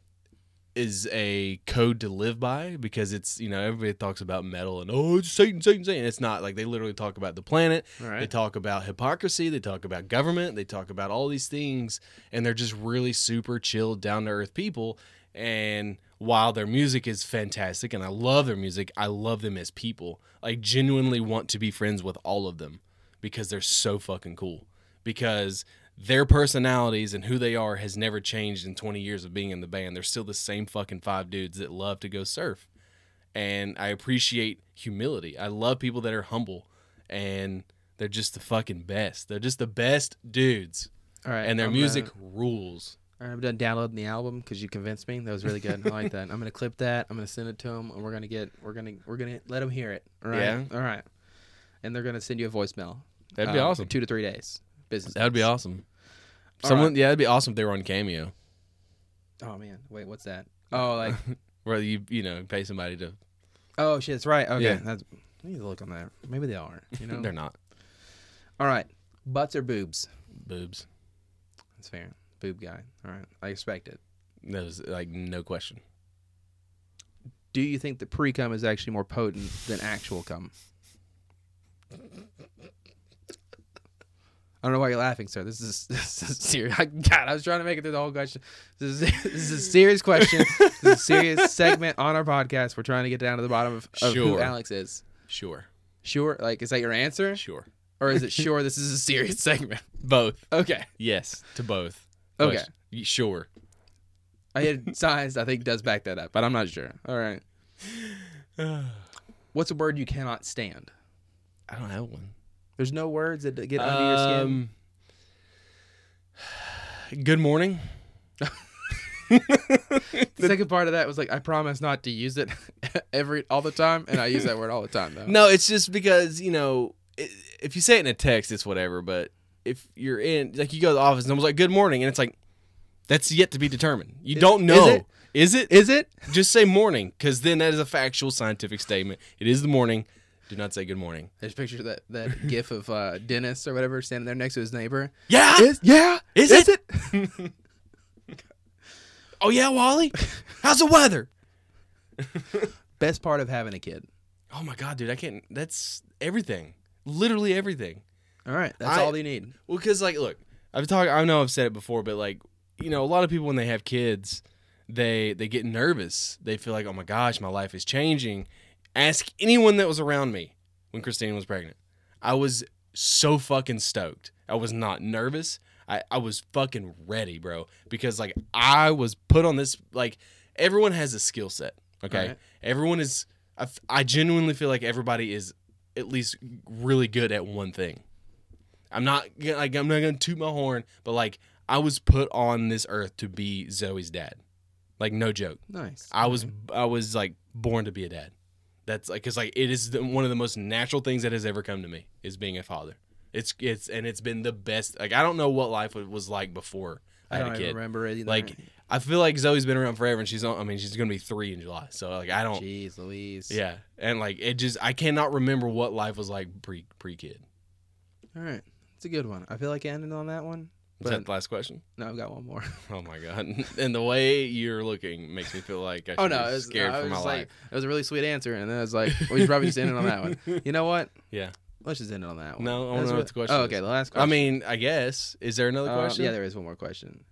S1: is a code to live by because it's you know everybody talks about metal and oh it's Satan Satan Satan it's not like they literally talk about the planet
S2: All
S1: they talk about hypocrisy they talk about government they talk about all these things and they're just really super chill down to earth people and while their music is fantastic and I love their music I love them as people I genuinely want to be friends with all of them because they're so fucking cool because their personalities and who they are has never changed in 20 years of being in the band. They're still the same fucking five dudes that love to go surf. And I appreciate humility. I love people that are humble and they're just the fucking best. They're just the best dudes.
S2: All right.
S1: And their
S2: I'm, uh,
S1: music rules.
S2: All right, I'm done downloading the album because you convinced me. That was really good. I like that. I'm gonna clip that. I'm gonna send it to them, and we're gonna get we're gonna we're gonna let them hear it. All right.
S1: Yeah.
S2: All right. And they're gonna send you a voicemail.
S1: That'd be
S2: uh,
S1: awesome.
S2: Two to three days. Business.
S1: That'd be awesome.
S2: All
S1: Someone, yeah, that'd be awesome if they were on Cameo,
S2: Oh man. Wait. What's that? Oh like.
S1: where you you know pay somebody to.
S2: oh shit. That's right. Okay.
S1: Yeah.
S2: That's. I need to look on that. Maybe they are. You know.
S1: They're not
S2: All right. Butts or boobs?
S1: boobs.
S2: That's fair. Boob guy. All right. I expect it.
S1: That was like no question.
S2: Do you think that pre cum is actually more potent than actual cum? I don't know why you're laughing, sir. This is this is serious. God, I was trying to make it through the whole question. This is, this is a serious question. this is a serious segment on our podcast. We're trying to get down to the bottom of, of who
S1: Sure.
S2: Alex is.
S1: Sure,
S2: Sure, like is that your answer,
S1: sure.
S2: or is it sure? This is a serious segment.
S1: Both.
S2: Okay,
S1: Yes, to both.
S2: Okay.
S1: Question. Y- Sure.
S2: I had science, I think, does back that up, but I'm not sure. All right. What's a word you cannot stand?
S1: I don't have one.
S2: There's no words that get under your skin.
S1: Um, Good morning.
S2: The second part of that was like, I promise not to use it every all the time, and I use that word all the time though.
S1: No, it's just because you know i if you say it in a text, it's whatever. But if you're in, like, you go to the office and someone's like, "Good morning," and it's like, that's yet to be determined. You don't
S2: is
S1: know.
S2: it?
S1: Is it?
S2: Is it?
S1: just say morning, because then that is a factual scientific statement. It is the morning. Do not say good morning.
S2: There's a picture of that that gif of uh, Dennis or whatever standing there next to his neighbor.
S1: Yeah.
S2: Is yeah?
S1: Is
S2: it?
S1: oh yeah, Wally. How's the weather?
S2: Best part of having a kid.
S1: Oh my god, dude, I can't. That's everything. Literally everything.
S2: All right, that's
S1: I-
S2: all you need.
S1: Well, because like, look, I've talked. I know I've said it before, but like, you know, a lot of people when they have kids, they they get nervous. They feel like, oh my gosh, my life is changing. Ask anyone that was around me when Christine was pregnant. I was so fucking stoked. I was not nervous. I, I was fucking ready, bro. Because like I was put on this like everyone has a skill set. Okay.
S2: Right.
S1: Everyone is I, f- I genuinely feel like everybody is at least really good at one thing. I'm not gonna- like I'm not gonna toot my horn, but like I was put on this earth to be Zoe's dad. Like no joke.
S2: Nice.
S1: I was I was like born to be a dad. That's like because like it is the, one of the most natural things that has ever come to me is being a father. It's it's and it's been the best. Like I don't know what life wa- was like before I,
S2: I
S1: had
S2: don't
S1: a
S2: even
S1: kid.
S2: remember it. either.
S1: Like I feel like Zoe's been around forever, and she's on, I mean she's gonna be three in July. So like I don't.
S2: jeez, Louise.
S1: Yeah, and like it just I cannot remember what life was like pre pre kid.
S2: All right, it's a good one. I feel like I ended on that one.
S1: Is
S2: But-
S1: that the last question?
S2: No, I've got one more.
S1: Oh my god! And the way you're looking makes me feel like I should
S2: Oh no,
S1: be
S2: it was,
S1: scared
S2: I
S1: for
S2: was
S1: my
S2: just
S1: life.
S2: like, it was a really sweet answer, and then I was like, we should probably just end it on that one. You know what?
S1: Yeah.
S2: Let's just end it on that one.
S1: No, I wanna
S2: That's
S1: know what the question
S2: Oh,
S1: is.
S2: okay, the last
S1: I
S2: question.
S1: mean, I guess. Is there another
S2: Uh,
S1: question?
S2: yeah, there is one more question.